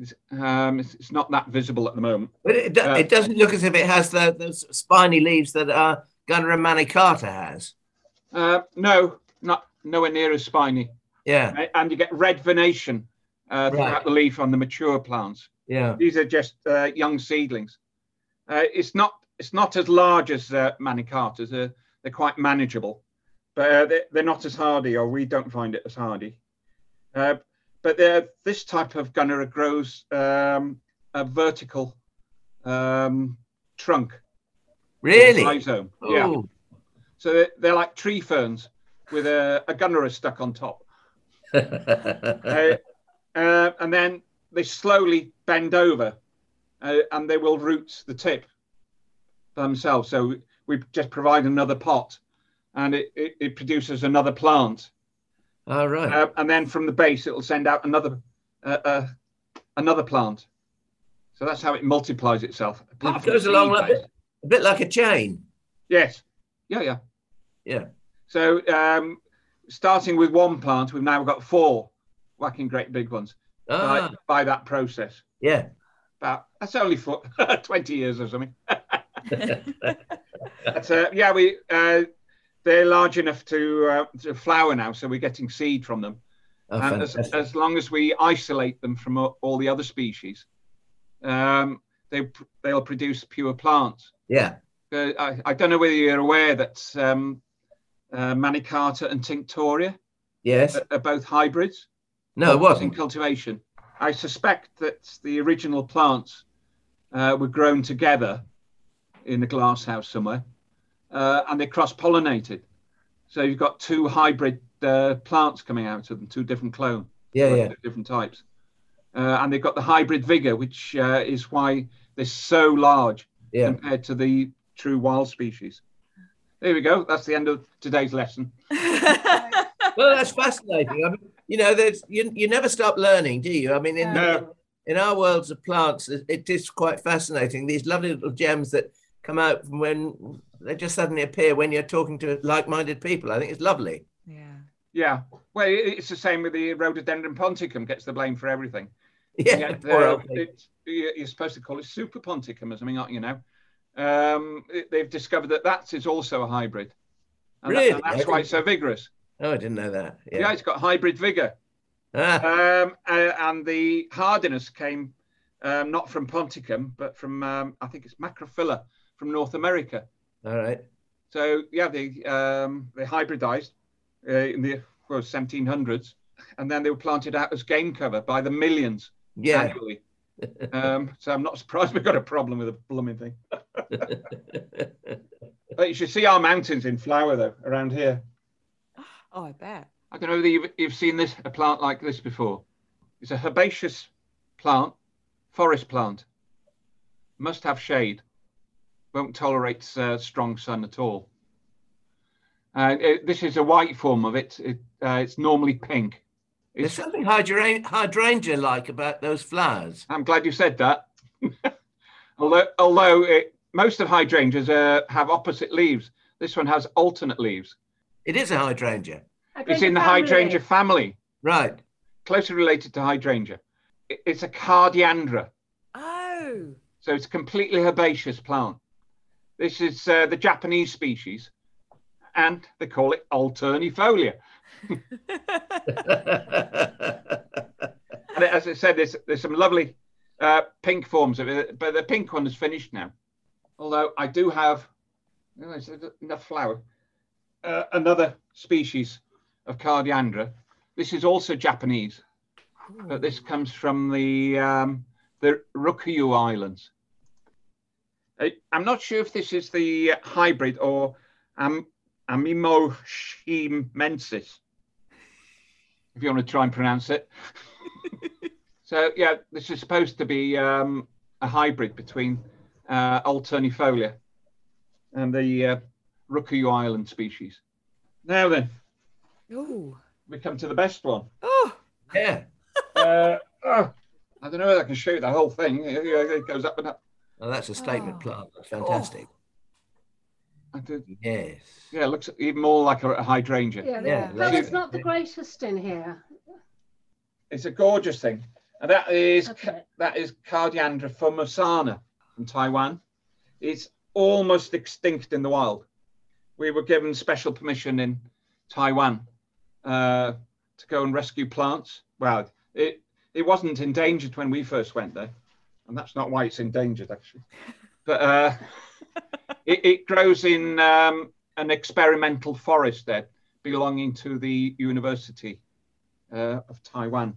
C: It's, um, it's, it's not that visible at the moment.
B: But it, do-
C: Uh,
B: it doesn't look as if it has tho- those spiny leaves that uh, Gunnera manicata has.
C: Uh, no, not nowhere near as spiny.
B: Yeah.
C: Uh, And you get red venation uh, throughout
B: Right.
C: the leaf on the mature plants.
B: Yeah.
C: These are just uh, young seedlings. Uh, it's not it's not as large as uh, manicatas. They're, they're quite manageable, but uh, they're, they're not as hardy, or we don't find it as hardy. Uh, but they're- this type of gunnera grows um, a vertical um, trunk,
B: Really.
C: rhizome. Yeah,
B: Oh.
C: so they're, they're like tree ferns with a, a gunnera stuck on top. uh, uh, and then they slowly bend over uh, and they will root the tip themselves. So we just provide another pot and it, it, it produces another plant.
B: All right.
C: Uh, and then from the base, it'll send out another uh, uh, another plant. So that's how it multiplies itself. Apart
B: Oh, It
C: from
B: goes
C: the
B: along
C: seed
B: like
C: base.
B: this. A bit like a chain.
C: Yes. Yeah, yeah.
B: Yeah.
C: So um, starting with one plant, we've now got four whacking great big ones
B: Ah,
C: by, by that process.
B: yeah.
C: about that's only for 20 years or something but, uh, yeah we uh, they're large enough to, uh, to flower now so we're getting seed from them
B: Oh,
C: and as,
B: fantastic.
C: as long as we isolate them from a- all the other species um, they pr- they'll produce pure plants
B: yeah.
C: uh, I, I don't know whether you're aware that um, uh, manicata and tinctoria
B: Yes.
C: are, are both hybrids
B: No, it
C: in
B: wasn't.
C: cultivation. I suspect that the original plants uh, were grown together in a glass house somewhere, uh, and they cross-pollinated. So you've got two hybrid uh, plants coming out of them, two different clones,
B: Yeah, yeah.
C: different types, uh, and they've got the hybrid vigor, which uh, is why they're so large
B: Yeah.
C: compared to the true wild species. There we go. That's the end of today's lesson.
B: Well, that's fascinating. I mean, you know, there's you, you never stop learning, do you? I mean,
D: Um,
B: in
C: No.
B: in our worlds of plants, it, it is quite fascinating. These lovely little gems that come out from when they just suddenly appear when you're talking to like-minded people. I think it's lovely.
E: yeah.
C: Yeah. Well, it- it's the same with the rhododendron ponticum. Gets the blame for everything.
B: Yeah.
C: yeah,
B: poor
C: they're-
B: old thing.
C: uh, it's- you- you're supposed to call it super ponticum or something, aren't you? Now, um, it- they've discovered that that is also a hybrid, and, that- and
B: Really?
C: that's why it's so vigorous.
B: Oh, I didn't know that.
C: Yeah,
B: Yeah.
C: it's got hybrid vigor,
B: Ah,
C: um, uh, and the hardiness came um, not from ponticum, but from um, I think it's macrophylla from North America.
B: all right.
C: So yeah, they um, they hybridized uh, in the well, 1700s, and then they were planted out as game cover by the millions
B: Yeah.
C: annually. um, so I'm not surprised we've got a problem with the blooming thing. But you should see our mountains in flower though around here.
E: Oh, I bet.
C: I don't know whether you've, you've seen this a plant like this before. It's a herbaceous plant, forest plant. Must have shade. Won't tolerate uh, strong sun at all. Uh, it- this is a white form of it. it uh, it's normally pink.
B: There's something hydra- hydrangea like about those flowers.
C: I'm glad you said that. although although it, most of hydrangeas uh, have opposite leaves, this one has alternate leaves.
B: It is a hydrangea.
C: It's in the hydrangea family,
B: Right.
C: closely related to hydrangea. It- It's a cardiandra,
E: Oh,
C: so it's a completely herbaceous plant. This is uh, the Japanese species, and they call it alternifolia. And as I said, there's, there's some lovely uh, pink forms of it, but the pink one is finished now. Although I do have no, it's enough flower. Uh, another species of Cardiandra. This is also Japanese, but this comes from the um, the Rokyu Islands. I, I'm not sure if this is the hybrid or um, Amimoshimmensis, if you want to try and pronounce it. So yeah, this is supposed to be um, a hybrid between uh, alternifolia and the uh, Rookayu Island species. Now then,
E: oh,
C: we come to the best one.
E: oh.
B: yeah.
C: Uh, oh, I don't know if I can show you the whole thing. It, it goes up and up.
B: Well, that's a statement
E: Oh.
B: plant. That's fantastic.
C: I did-
B: Yes.
C: yeah, it looks even more like a, a hydrangea.
D: Yeah,
E: Yeah.
D: yeah. that was not the greatest in here.
C: It's a gorgeous thing, and that is
D: Okay.
C: that is Cardiandra fumosana from Taiwan. It's almost extinct in the wild. We were given special permission in Taiwan uh, to go and rescue plants. Well, it it wasn't endangered when we first went there, and that's not why it's endangered actually. But uh, it, it grows in um, an experimental forest there, belonging to the University uh, of Taiwan.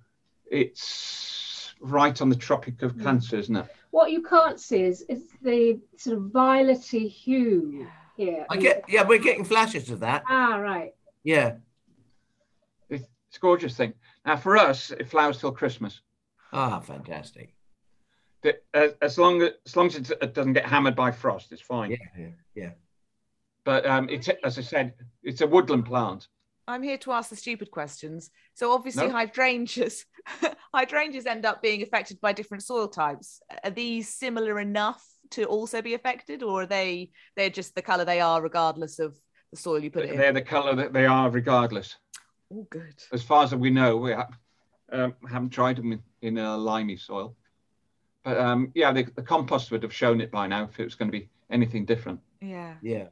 C: It's right on the Tropic of Cancer, isn't it?
D: What you can't see is is the sort of violety hue here.
B: I get. Yeah, we're getting flashes of that.
D: Ah, right.
B: Yeah.
C: It's it's a gorgeous thing. Now, for us, it flowers till Christmas.
B: Ah, fantastic.
C: The- As, as long as, as long as it's- it doesn't get hammered by frost, it's fine.
B: Yeah. yeah, Yeah.
C: But um, it's as I said, it's a woodland plant.
A: I'm here to ask the stupid questions. So obviously,
C: No.
A: hydrangeas, hydrangeas end up being affected by different soil types. Are these similar enough to also be affected, or are they they're just the colour they are, regardless of the soil you put it in?
C: They're the colour that they are, regardless.
A: All good.
C: As far as we know, we ha- um, haven't tried them in, in a limey soil. But um, yeah, the, the compost would have shown it by now if it was going to be anything different.
A: Yeah.
B: Yeah.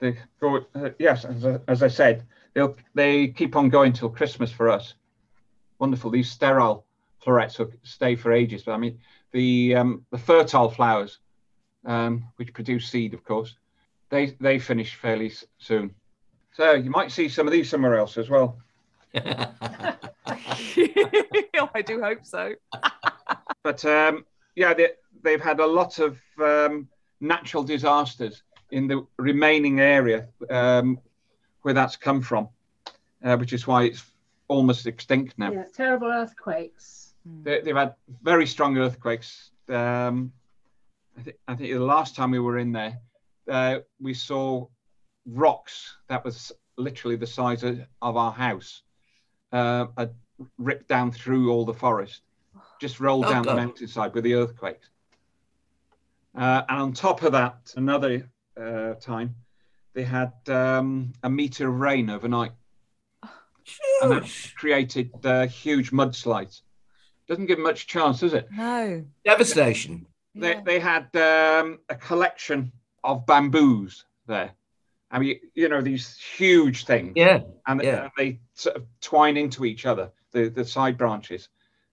C: they go uh, yes as, I- as i said they'll they keep on going till christmas for us wonderful these sterile florets will stay for ages but i mean the um the fertile flowers um which produce seed of course they they finish fairly s- soon so you might see some of these somewhere else as well
A: Oh, I do hope so.
C: but um yeah they, they've had a lot of um natural disasters in the remaining area um where that's come from uh, which is why it's almost extinct now
D: Yeah, terrible earthquakes.
C: they, they've had very strong earthquakes. Um, I, th- I think the last time we were in there, uh, we saw rocks that was literally the size of, of our house, uh, had ripped down through all the forest, just rolled
B: Oh,
C: down
B: God.
C: the mountainside with the earthquakes. Uh, and on top of that, another uh, time, they had um, a meter of rain overnight and that created uh, huge mudslides. Doesn't give much chance, does it?
E: No.
B: Devastation.
C: They, they had um, a collection of bamboos there. I mean, you know, these huge things,
B: Yeah.
C: and,
B: yeah.
C: and they sort of twine into each other, the, the side branches.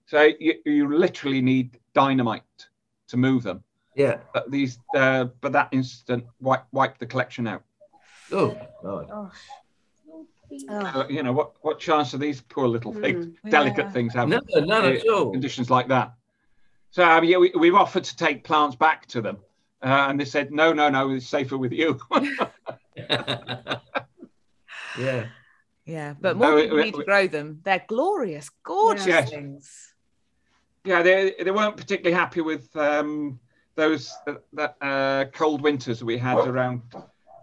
C: So you, you literally need dynamite to move them.
B: Yeah.
C: But these, uh, but that incident wiped, wiped the collection out.
B: Oh God.
C: Uh, you know, what what chance are these poor little things,
D: Mm,
C: delicate
E: yeah.
C: things, having?
B: No, none at all.
C: conditions like that. So um, yeah, we, we've offered to take plants back to them, uh, and they said no, no, no, it's safer with you.
B: yeah.
E: Yeah, but
C: No,
A: More
C: it-
A: people
C: it-
A: need to grow them. They're glorious, gorgeous
D: Yeah.
A: things.
C: yeah, they they weren't particularly happy with um, those uh, that uh, cold winters we had around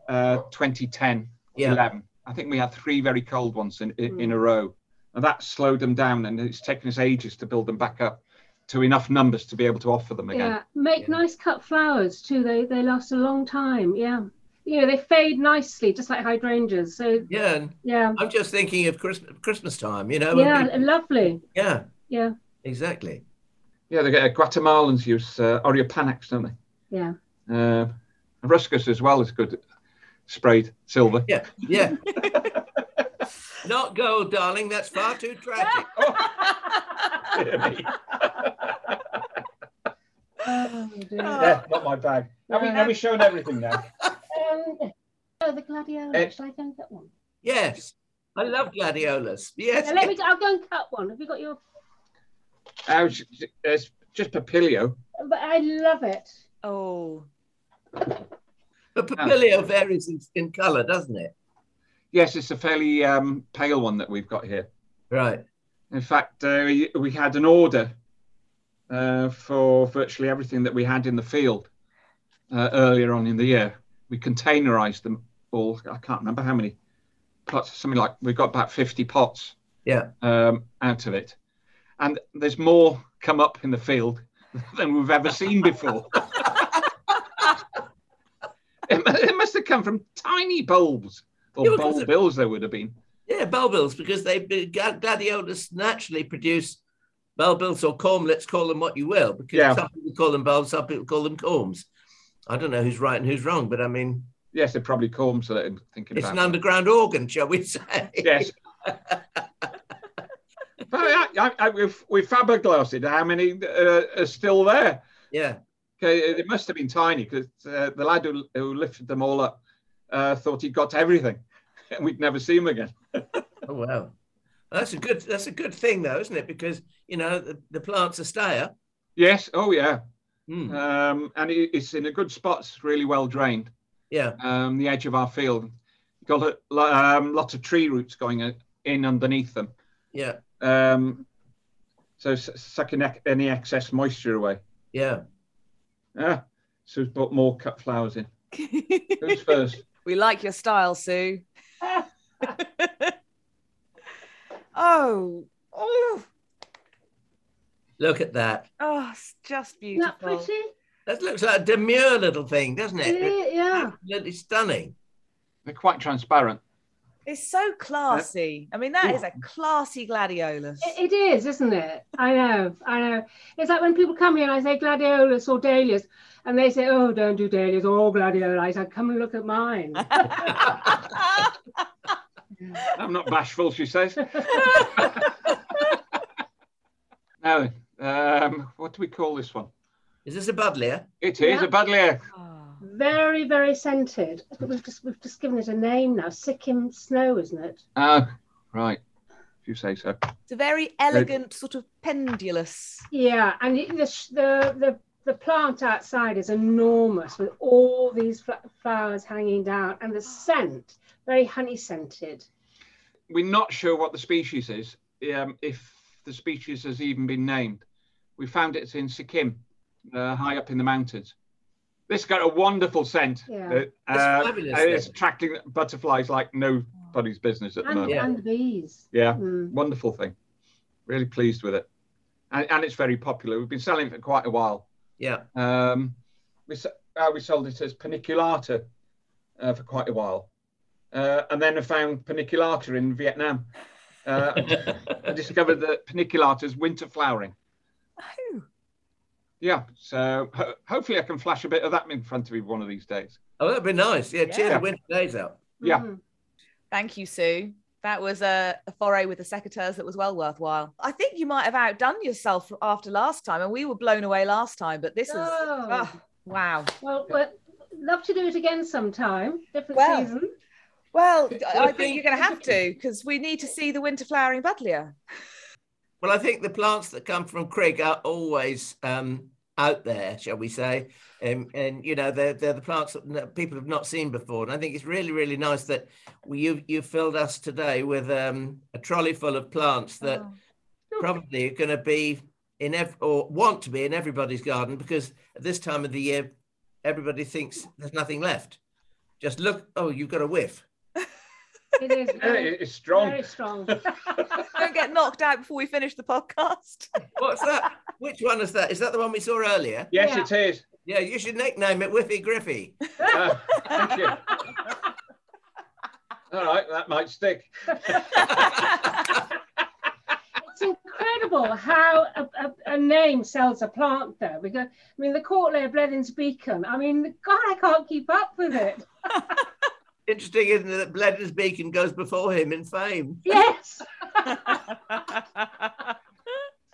C: uh, 2010,
B: Yeah.
C: 11.
D: Hmm.
C: I think we had three very cold ones in in, in a row. And that slowed them down, and it's taken us ages to build them back up to enough numbers to be able to offer them again.
D: Yeah, make nice cut flowers too. They they last a long time. Yeah, you know they fade nicely, just like hydrangeas. So
B: Yeah, and
D: yeah,
B: I'm just thinking of Christmas, Christmas time, you know. when
D: yeah,
B: people-
D: lovely.
B: yeah,
D: Yeah,
B: exactly.
C: Yeah, they get uh, Guatemalans use uh, Oreopanax, don't
D: yeah.
C: they? Uh, Ruscus as well is good sprayed silver.
B: Yeah, yeah. Not gold, darling. That's far too tragic.
D: Oh, dear.
C: yeah, not my bag. Have we, have we shown everything now?
D: Um, oh, the gladiola.
C: Eh.
D: Should I go and get one?
B: Yes, I love gladiolas. Yes.
D: Yeah, let me. I'll go and cut one. Have you got your?
C: Oh, sh- sh- it's just papilio.
D: But I love it.
A: Oh,
B: But papilio varies in, in colour, doesn't it?
C: Yes, it's a fairly um, pale one that we've got here.
B: Right.
C: In fact, uh, we- we had an order uh, for virtually everything that we had in the field uh, earlier on in the year. We containerized them all. I can't remember how many pots, something like we got about 50 pots
B: Yeah.
C: um, out of it. And there's more come up in the field than we've ever seen before. it, mu- it must have come from tiny bulbs
B: Yeah,
C: or
B: because
C: bulb
B: it-
C: bills, there would have been.
B: Yeah, bulbils because they be- gla- gladiolas naturally produce bulbils or cormlets. Call them what you will, because
C: Yeah.
B: some people call them bulbs, some people call them corms. I don't know who's right and who's wrong, but I mean,
C: Yes, they're probably corms that I'm thinking
B: it's
C: about.
B: an underground organ, shall we say?
C: Yes. but I, I, I, we've, we've fiberglassed how many uh, are still there.
B: Yeah.
C: Okay, it it must have been tiny because uh, the lad who, who lifted them all up uh, thought he'd got everything. and We'd never see him again.
B: Oh wow. That's a good. That's a good thing, though, isn't it? Because you know the, the plants are stayer.
C: Yes, oh yeah.
B: Mm,
C: Um, and it, it's in a good spot, it's really well drained,
B: Yeah.
C: um, the edge of our field. Got a, lo- um, lots of tree roots going uh, in underneath them.
B: Yeah.
C: Um, so s- sucking ec- any excess moisture away.
B: Yeah.
C: Ah, Sue's brought more cut flowers in. Who's first?
A: we like your style, Sue. oh, oh,
B: Look at that.
A: oh, it's just
D: Isn't that
A: beautiful.
D: pretty?
B: That looks like a demure little thing, doesn't it? It's
D: Yeah, yeah.
B: absolutely stunning.
C: They're quite transparent.
A: It's so classy. I mean, that is a classy gladiolus.
D: It, it is, isn't it? I know, I know. It's like when people come here and I say gladiolus or dahlias, and they say, "Oh, don't do dahlias or gladioli." I say, "Come and look at mine."
C: I'm not bashful, she says. now, um, what do we call this one?
B: Is this a buddleia?
C: It is
D: Yeah.
C: a Budleyer.
A: Oh.
D: Very, very scented. I think We've just we've just given it a name now. Sikkim snow, isn't it?
C: Ah, right. If you say so.
A: It's a very elegant sort of pendulous.
D: Yeah, and it- the sh- the the, the plant outside is enormous with all these fl- flowers hanging down, and the scent very honey scented.
C: We're not sure what the species is, um, if the species has even been named. We found it's in Sikkim, uh, high up in the mountains. This got a wonderful scent.
D: Yeah.
C: Uh,
B: That's
C: uh,
B: fabulous,
C: and it's
B: though.
C: attracting butterflies like nobody's business at the
D: And,
C: moment.
B: Yeah.
D: and the bees.
C: yeah.
D: Mm.
C: wonderful thing. Really pleased with it, and, and it's very popular. We've been selling it for quite a while.
B: Yeah.
C: Um, we s- uh, we sold it as paniculata uh, for quite a while, uh, and then I found paniculata in Vietnam. Uh, I discovered that paniculata is winter flowering.
A: Oh,
C: Yeah, so ho- hopefully I can flash a bit of that in front of you one of these days.
B: Oh, that'd be nice. Yeah, cheer
C: Yeah.
B: the winter days out.
C: Yeah.
D: Mm.
A: thank you, Sue. That was a, a foray with the secateurs that was well worthwhile. I think you might have outdone yourself after last time, and we were blown away last time, but this is
D: Oh.
A: oh, wow.
D: Well, well, love to do it again sometime, different
A: Well,
D: season.
A: Well,
B: I
A: I
B: think-
A: think you're going to have to because we need to see the winter flowering buddleia.
B: Well, I think the plants that come from Craig are always um, out there, shall we say? Um, and you know, they're, they're the plants that n- people have not seen before. And I think it's really, really nice that we, you you filled us today with um, a trolley full of plants that probably are going to be in ev- or want to be in everybody's garden because at this time of the year, everybody thinks there's nothing left. Just look. Oh, you've got a whiff.
D: It is
C: Yeah,
D: very,
C: it- it's strong.
D: very strong.
A: don't get knocked out before we finish the podcast.
B: What's that? Which one is that? Is that the one we saw earlier?
C: Yes,
D: Yeah.
C: it is.
B: Yeah, you should nickname it Whiffy Griffy.
C: Uh, thank you. All right, that might stick.
D: It's incredible how a, a, a name sells a plant, though. Because I mean, the Courtlay of Blevins Beacon. I mean, God, I can't keep up with it.
B: Interesting, isn't it, that Bledden's Beacon goes before him in fame?
D: Yes.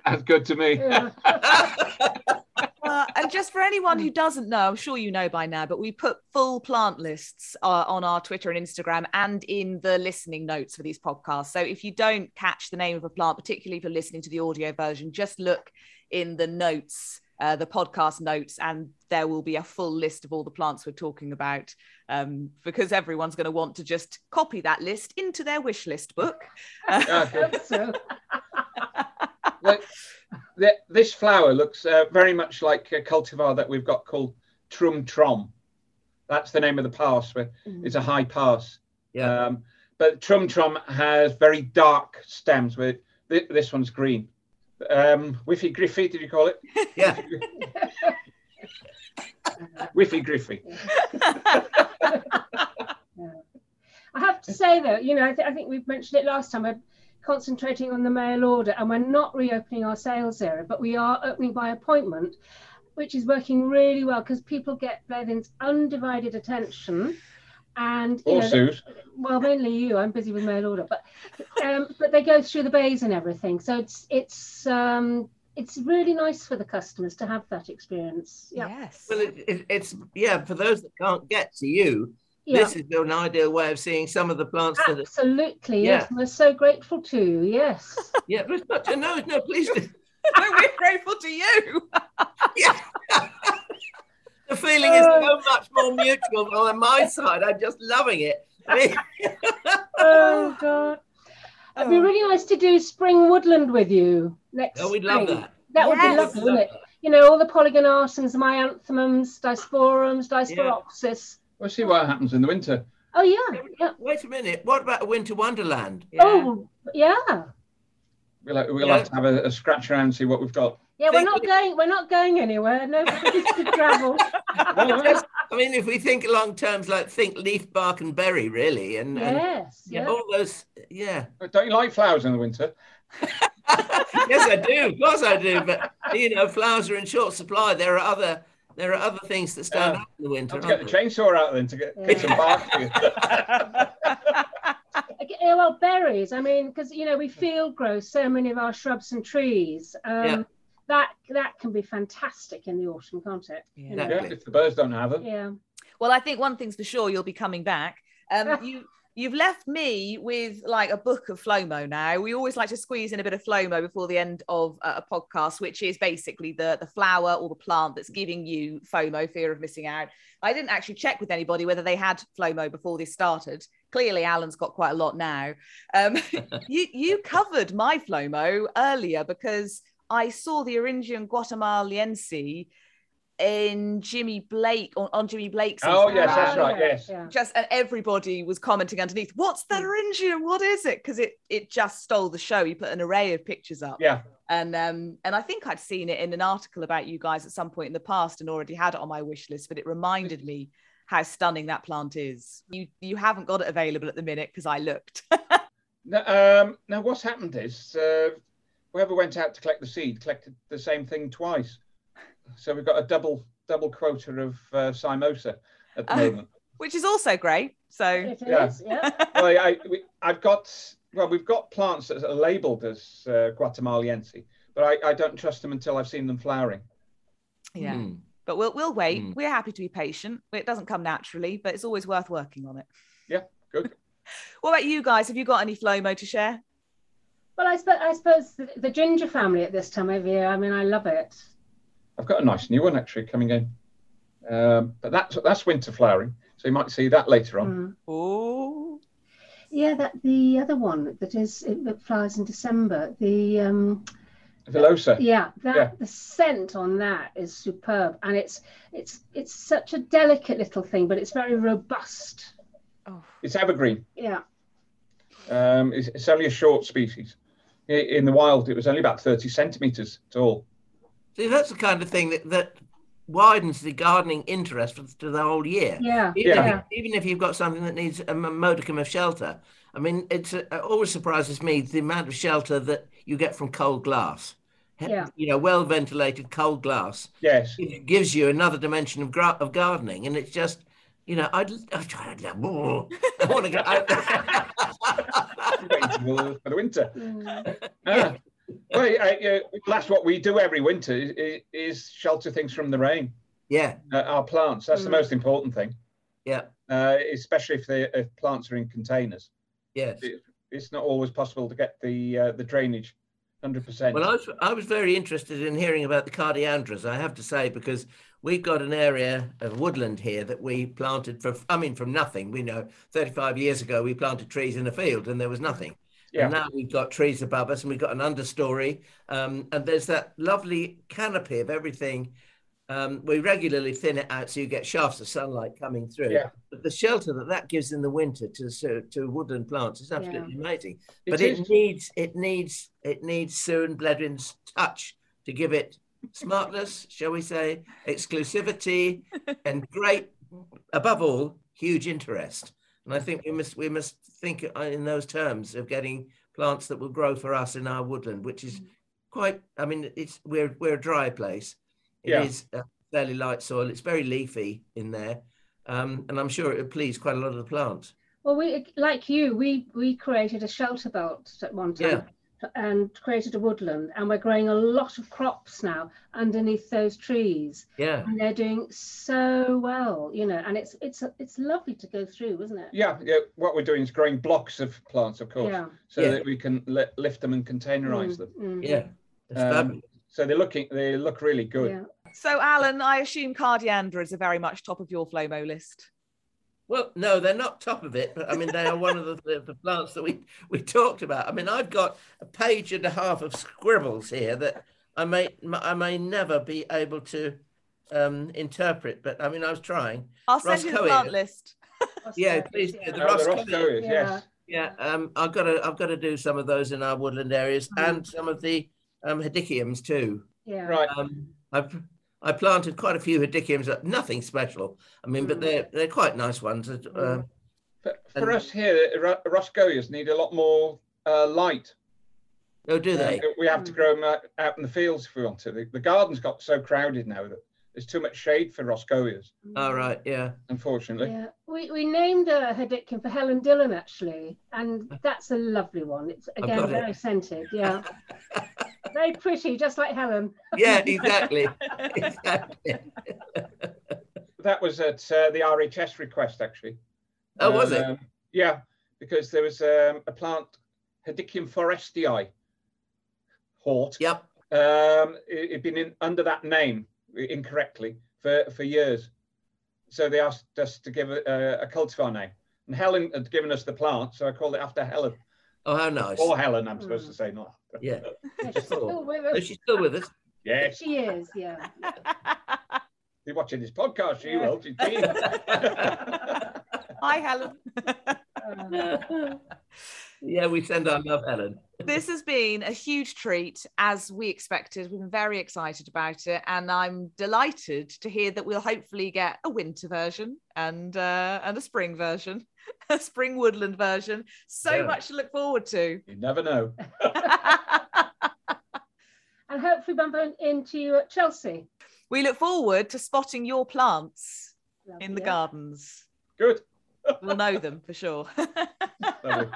C: That's good to me.
D: Yeah.
A: Uh, and just for anyone who doesn't know, I'm sure you know by now, but we put full plant lists uh, on our Twitter and Instagram and in the listening notes for these podcasts. So if you don't catch the name of a plant, particularly if you're listening to the audio version, just look in the notes, uh, the podcast notes, and there will be a full list of all the plants we're talking about um, because everyone's going to want to just copy that list into their wish list book.
C: Yeah, good.
D: so,
C: Look, th- this flower looks uh, very much like a cultivar that we've got called Trum Trom. That's the name of the pass. where
D: Mm-hmm.
C: It's a high pass.
B: Yeah.
C: Um, but Trum Trom has very dark stems. With th- this one's green. Um, Whiffy Griffy, did you call it?
B: Yeah.
C: Whiffy Griffy.
D: I have to say though, you know, I, th- I think we've mentioned it last time. We're concentrating on the mail order, and we're not reopening our sales area, but we are opening by appointment, which is working really well because people get Blevins' undivided attention. And you
C: Or
D: know,
C: Suze.
D: well mainly you i'm busy with mail order but um but they go through the bays and everything so it's it's um it's really nice for the customers to have that experience yeah
A: Yes.
B: Well, it, it, it's, yeah, for those that can't get to you,
D: yeah
B: this is an ideal way of seeing some of the plants that are,
D: absolutely
B: Yeah.
D: yes and we're so grateful to you yes
B: yeah, but it's not, no, no, please do.
A: No, we're grateful to you.
B: The feeling is
D: Uh.
B: so much more mutual on my side. I'm just loving it.
D: oh god it'd be
A: Oh.
D: really nice to do spring woodland with you next
B: Oh, we'd love
D: spring.
B: that.
D: that would
A: Yes.
D: be lovely wouldn't it you know all the polygonartums myanthemums disporums disporopsis
C: We'll see what happens in the winter.
D: oh yeah yeah
B: Wait a minute. What about a winter wonderland?
D: oh yeah
C: We'll, ha- we'll
B: Yeah.
C: have to have a, a scratch around and see what we've got.
D: Yeah, we're
B: Thank
D: not
B: you.
D: going. We're not going anywhere. No place to travel.
B: I mean, if we think along terms like think leaf, bark, and berry, really, and, and
D: Yes. Yeah.
B: all those, yeah.
C: Don't you like flowers in the winter?
B: yes, I do. Of course, I do. But you know, flowers are in short supply. There are other there are other things that stand
C: Yeah.
B: out in the winter.
C: I'll get the
B: aren't there?
C: chainsaw out then to get, get some
D: Yeah.
C: bark for you.
D: Okay, yeah, Well, berries. I mean, because you know we field grow so many of our shrubs and trees. Um,
B: Yeah.
D: That that can be fantastic in the autumn, can't it? You know?
C: Yeah, if the birds don't have them.
D: Yeah.
A: Well, I think one thing's for sure, you'll be coming back. Um, you you've left me with like a book of FloMo now. We always like to squeeze in a bit of FloMo before the end of uh, a podcast, which is basically the the flower or the plant that's giving you FOMO, fear of missing out. I didn't actually check with anybody whether they had FloMo before this started. Clearly, Alan's got quite a lot now. Um, you you covered my FloMo earlier because I saw the Orindian Guatemaliense in Jimmy Blake on, on Jimmy Blake's.
C: Oh,
A: Instagram
C: yes, that's
D: Ah,
C: right,
D: yeah,
C: yes.
D: yeah.
A: just and everybody was commenting underneath what's
C: Hmm.
A: that orangium what is it because it it just stole the show he put an array of pictures up
C: Yeah.
A: and um and i think i'd seen it in an article about you guys at some point in the past and already had it on my wish list but it reminded me how stunning that plant is you you haven't got it available at the minute because i looked
C: No, um, now, what's happened is uh, whoever went out to collect the seed collected the same thing twice. So we've got a double double quota of uh, Simosa at the
A: Oh.
C: moment.
A: which is also great so
D: It
C: Yeah.
D: is, yeah.
C: well, I, I, we, I've got well, we've got plants that are labelled as uh, Guatemaliense, but I, I don't trust them until I've seen them flowering.
A: yeah
B: Hmm.
A: but we'll we'll wait
B: Mm.
A: we're happy to be patient it doesn't come naturally but it's always worth working on it
C: Yeah, good.
A: what about you guys have you got any flomo to share
D: Well, I suppose I suppose the, the ginger family at this time of year. I mean, I love it.
C: I've got a nice new one actually coming in, um, but that's that's winter flowering, so you might see that later on.
D: Mm.
A: oh
D: Yeah, that the other one that is it, that flowers in December. The um,
C: Velosa.
D: yeah that
C: Yeah.
D: the scent on that is superb and it's it's it's such a delicate little thing but it's very robust
A: oh
C: It's evergreen.
D: yeah
C: Um, it's, it's only a short species. i- in the wild, it was only about 30 centimetres tall.
B: See, that's the kind of thing that, that widens the gardening interest for- to the whole year.
D: Yeah,
B: Even,
D: yeah.
B: If, even if you've got something that needs a m- modicum of shelter. I mean, it's uh, it always surprises me the amount of shelter that you get from cold glass. He-
D: Yeah.
B: You know, well ventilated cold glass
C: Yes.
B: it gives you another dimension of gra- of gardening, and it's just, you know, I'd, I'd, I'd, I want to go.
C: Waiting for the winter.
D: Mm.
C: Ah. Well, yeah, yeah, that's what we do every winter is, is shelter things from the rain.
B: yeah,
C: uh, our plants. That's the
B: Hmm.
D: Mm.
C: most important thing,
B: yeah,
C: uh, especially if the if plants are in containers.
B: yes.
C: It's not always possible to get the uh, the drainage, hundred percent.
B: Well, I was, I was very interested in hearing about the cardiandras, I have to say, because we've got an area of woodland here that we planted for, I mean, from nothing. We know 35 years ago we planted trees in a field and there was nothing.
C: yeah,
B: And now we've got trees above us and we've got an understory. Um, and there's that lovely canopy of everything. Um, we regularly thin it out so you get shafts of sunlight coming through.
C: Yeah.
B: But the shelter that that gives in the winter to, so, to woodland plants is absolutely amazing
C: It
B: but
C: is.
B: it needs it needs it needs Sue and Bledrin's touch to give it smartness, shall we say, exclusivity, and great, above all, huge interest. And I think we must we must think uh, in those terms of getting plants that will grow for us in our woodland, which is quite. I mean, it's we're we're a dry place. It
C: Yeah.
B: is uh fairly light soil. It's very leafy in there, um, and I'm sure it would please quite a lot of the plants.
D: Well, we like you, we we created a shelter belt at one time and created a woodland, and we're growing a lot of crops now underneath those trees,
B: Yeah.
D: and they're doing so well, you know. And it's it's it's lovely to go through, isn't it?
C: yeah, yeah. What we're doing is growing blocks of plants, of course,
D: Yeah.
C: so
B: Yeah. Hmm.
C: that we can li- lift them and containerise
D: Mm,
C: them.
D: mm,
B: Yeah. It's
C: Um,
B: fabulous.
C: So they're looking, they look really good.
D: yeah.
A: So, Alan, I assume cardiandras are very much top of your FLOMO list.
B: Well, no, they're not top of it, but I mean, they are one of the, the, the plants that we, we talked about. I mean, I've got a page and a half of scribbles here that I may I may never be able to um, interpret, but I mean, I was trying.
A: I'll send
B: Ross
A: you the
B: Cohen.
A: plant list.
B: Yeah,
D: Prosperous,
B: please do.
D: yeah.
B: The
C: Oh, the
B: Roscoe-
C: Roscoe is,
D: Yeah.
C: yes.
B: Yeah, um, I've got to I've got to do some of those in our woodland areas
D: Mm.
B: and some of the um, hediciums too.
D: Yeah.
C: Right.
B: Um, I've I planted quite a few hediciums, nothing special. I mean, but
D: Mm.
B: they're they're quite nice ones. Uh,
D: Mm.
C: For, for
B: And-
C: us here, Ro- Roscoeas need a lot more uh, light.
B: Oh, do they?
C: Uh, we have to
D: Mm.
C: grow them out, out in the fields if we want to. The, the garden's got so crowded now that there's too much shade for Roscoeas,
B: All right, yeah.
C: unfortunately.
D: Yeah, we, we named a Hedickin for Helen Dillon actually, and that's a lovely one. It's again
B: got it.
D: very scented, yeah. very pretty, just like Helen.
B: yeah, exactly. exactly.
C: That was at uh, the RHS request, actually.
B: Oh, was it?
C: Um, yeah, because there was um, a plant, Hedicium forestii, Hort.
B: Yep.
C: Um, it had been in, under that name i- incorrectly for, for years. So they asked us to give a, a, a cultivar name. And Helen had given us the plant, so I called it after Helen.
B: Oh, how nice.
C: Or Helen, I'm supposed
D: Mm.
C: to say, not. after.
B: Yeah.
D: Yeah, she's still with
B: Oh,
D: us.
B: she's still with us.
C: Yes,
D: She is, yeah.
C: you're watching this podcast, she
D: Yeah.
C: will. She's been.
A: Hi, Helen.
D: Um,
B: yeah, we send our love, Helen.
A: this has been a huge treat, as we expected. We've been very excited about it, and I'm delighted to hear that we'll hopefully get a winter version and uh, and a spring version, a spring woodland version. So
B: Yeah.
A: much to look forward to.
C: you never know.
D: and hopefully bump in- into you at Chelsea.
A: we look forward to spotting your plants in the
D: Lovely.
A: gardens.
C: Good.
A: We'll know them for sure.
C: Lovely.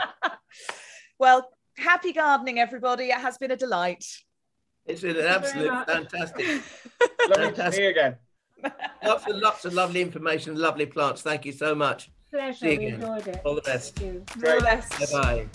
A: well, happy gardening, everybody. It has been a delight.
B: It's been an
D: Thank you very
B: absolute
D: much.
B: fantastic.
C: Lovely to see you again.
B: Lots and lots of lovely information, lovely plants. Thank you so much.
D: Pleasure,
B: See you
D: we
B: again.
D: enjoyed it.
B: All the best.
D: Thank you.
A: All the
C: Great.
B: Bye
A: best.
B: bye.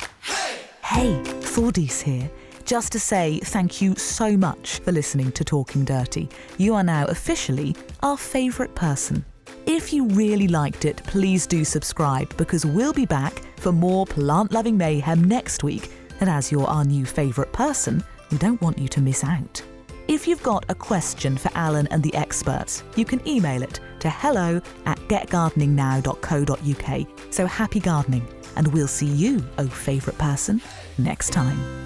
E: Hey, Thordis here. Just to say thank you so much for listening to Talking Dirty. You are now officially our favourite person. If you really liked it, please do subscribe because we'll be back for more plant loving mayhem next week. And as you're our new favourite person, we don't want you to miss out. If you've got a question for Alan and the experts, you can email it to hello at getgardeningnow.co.uk. So happy gardening, and we'll see you, oh favourite person, next time.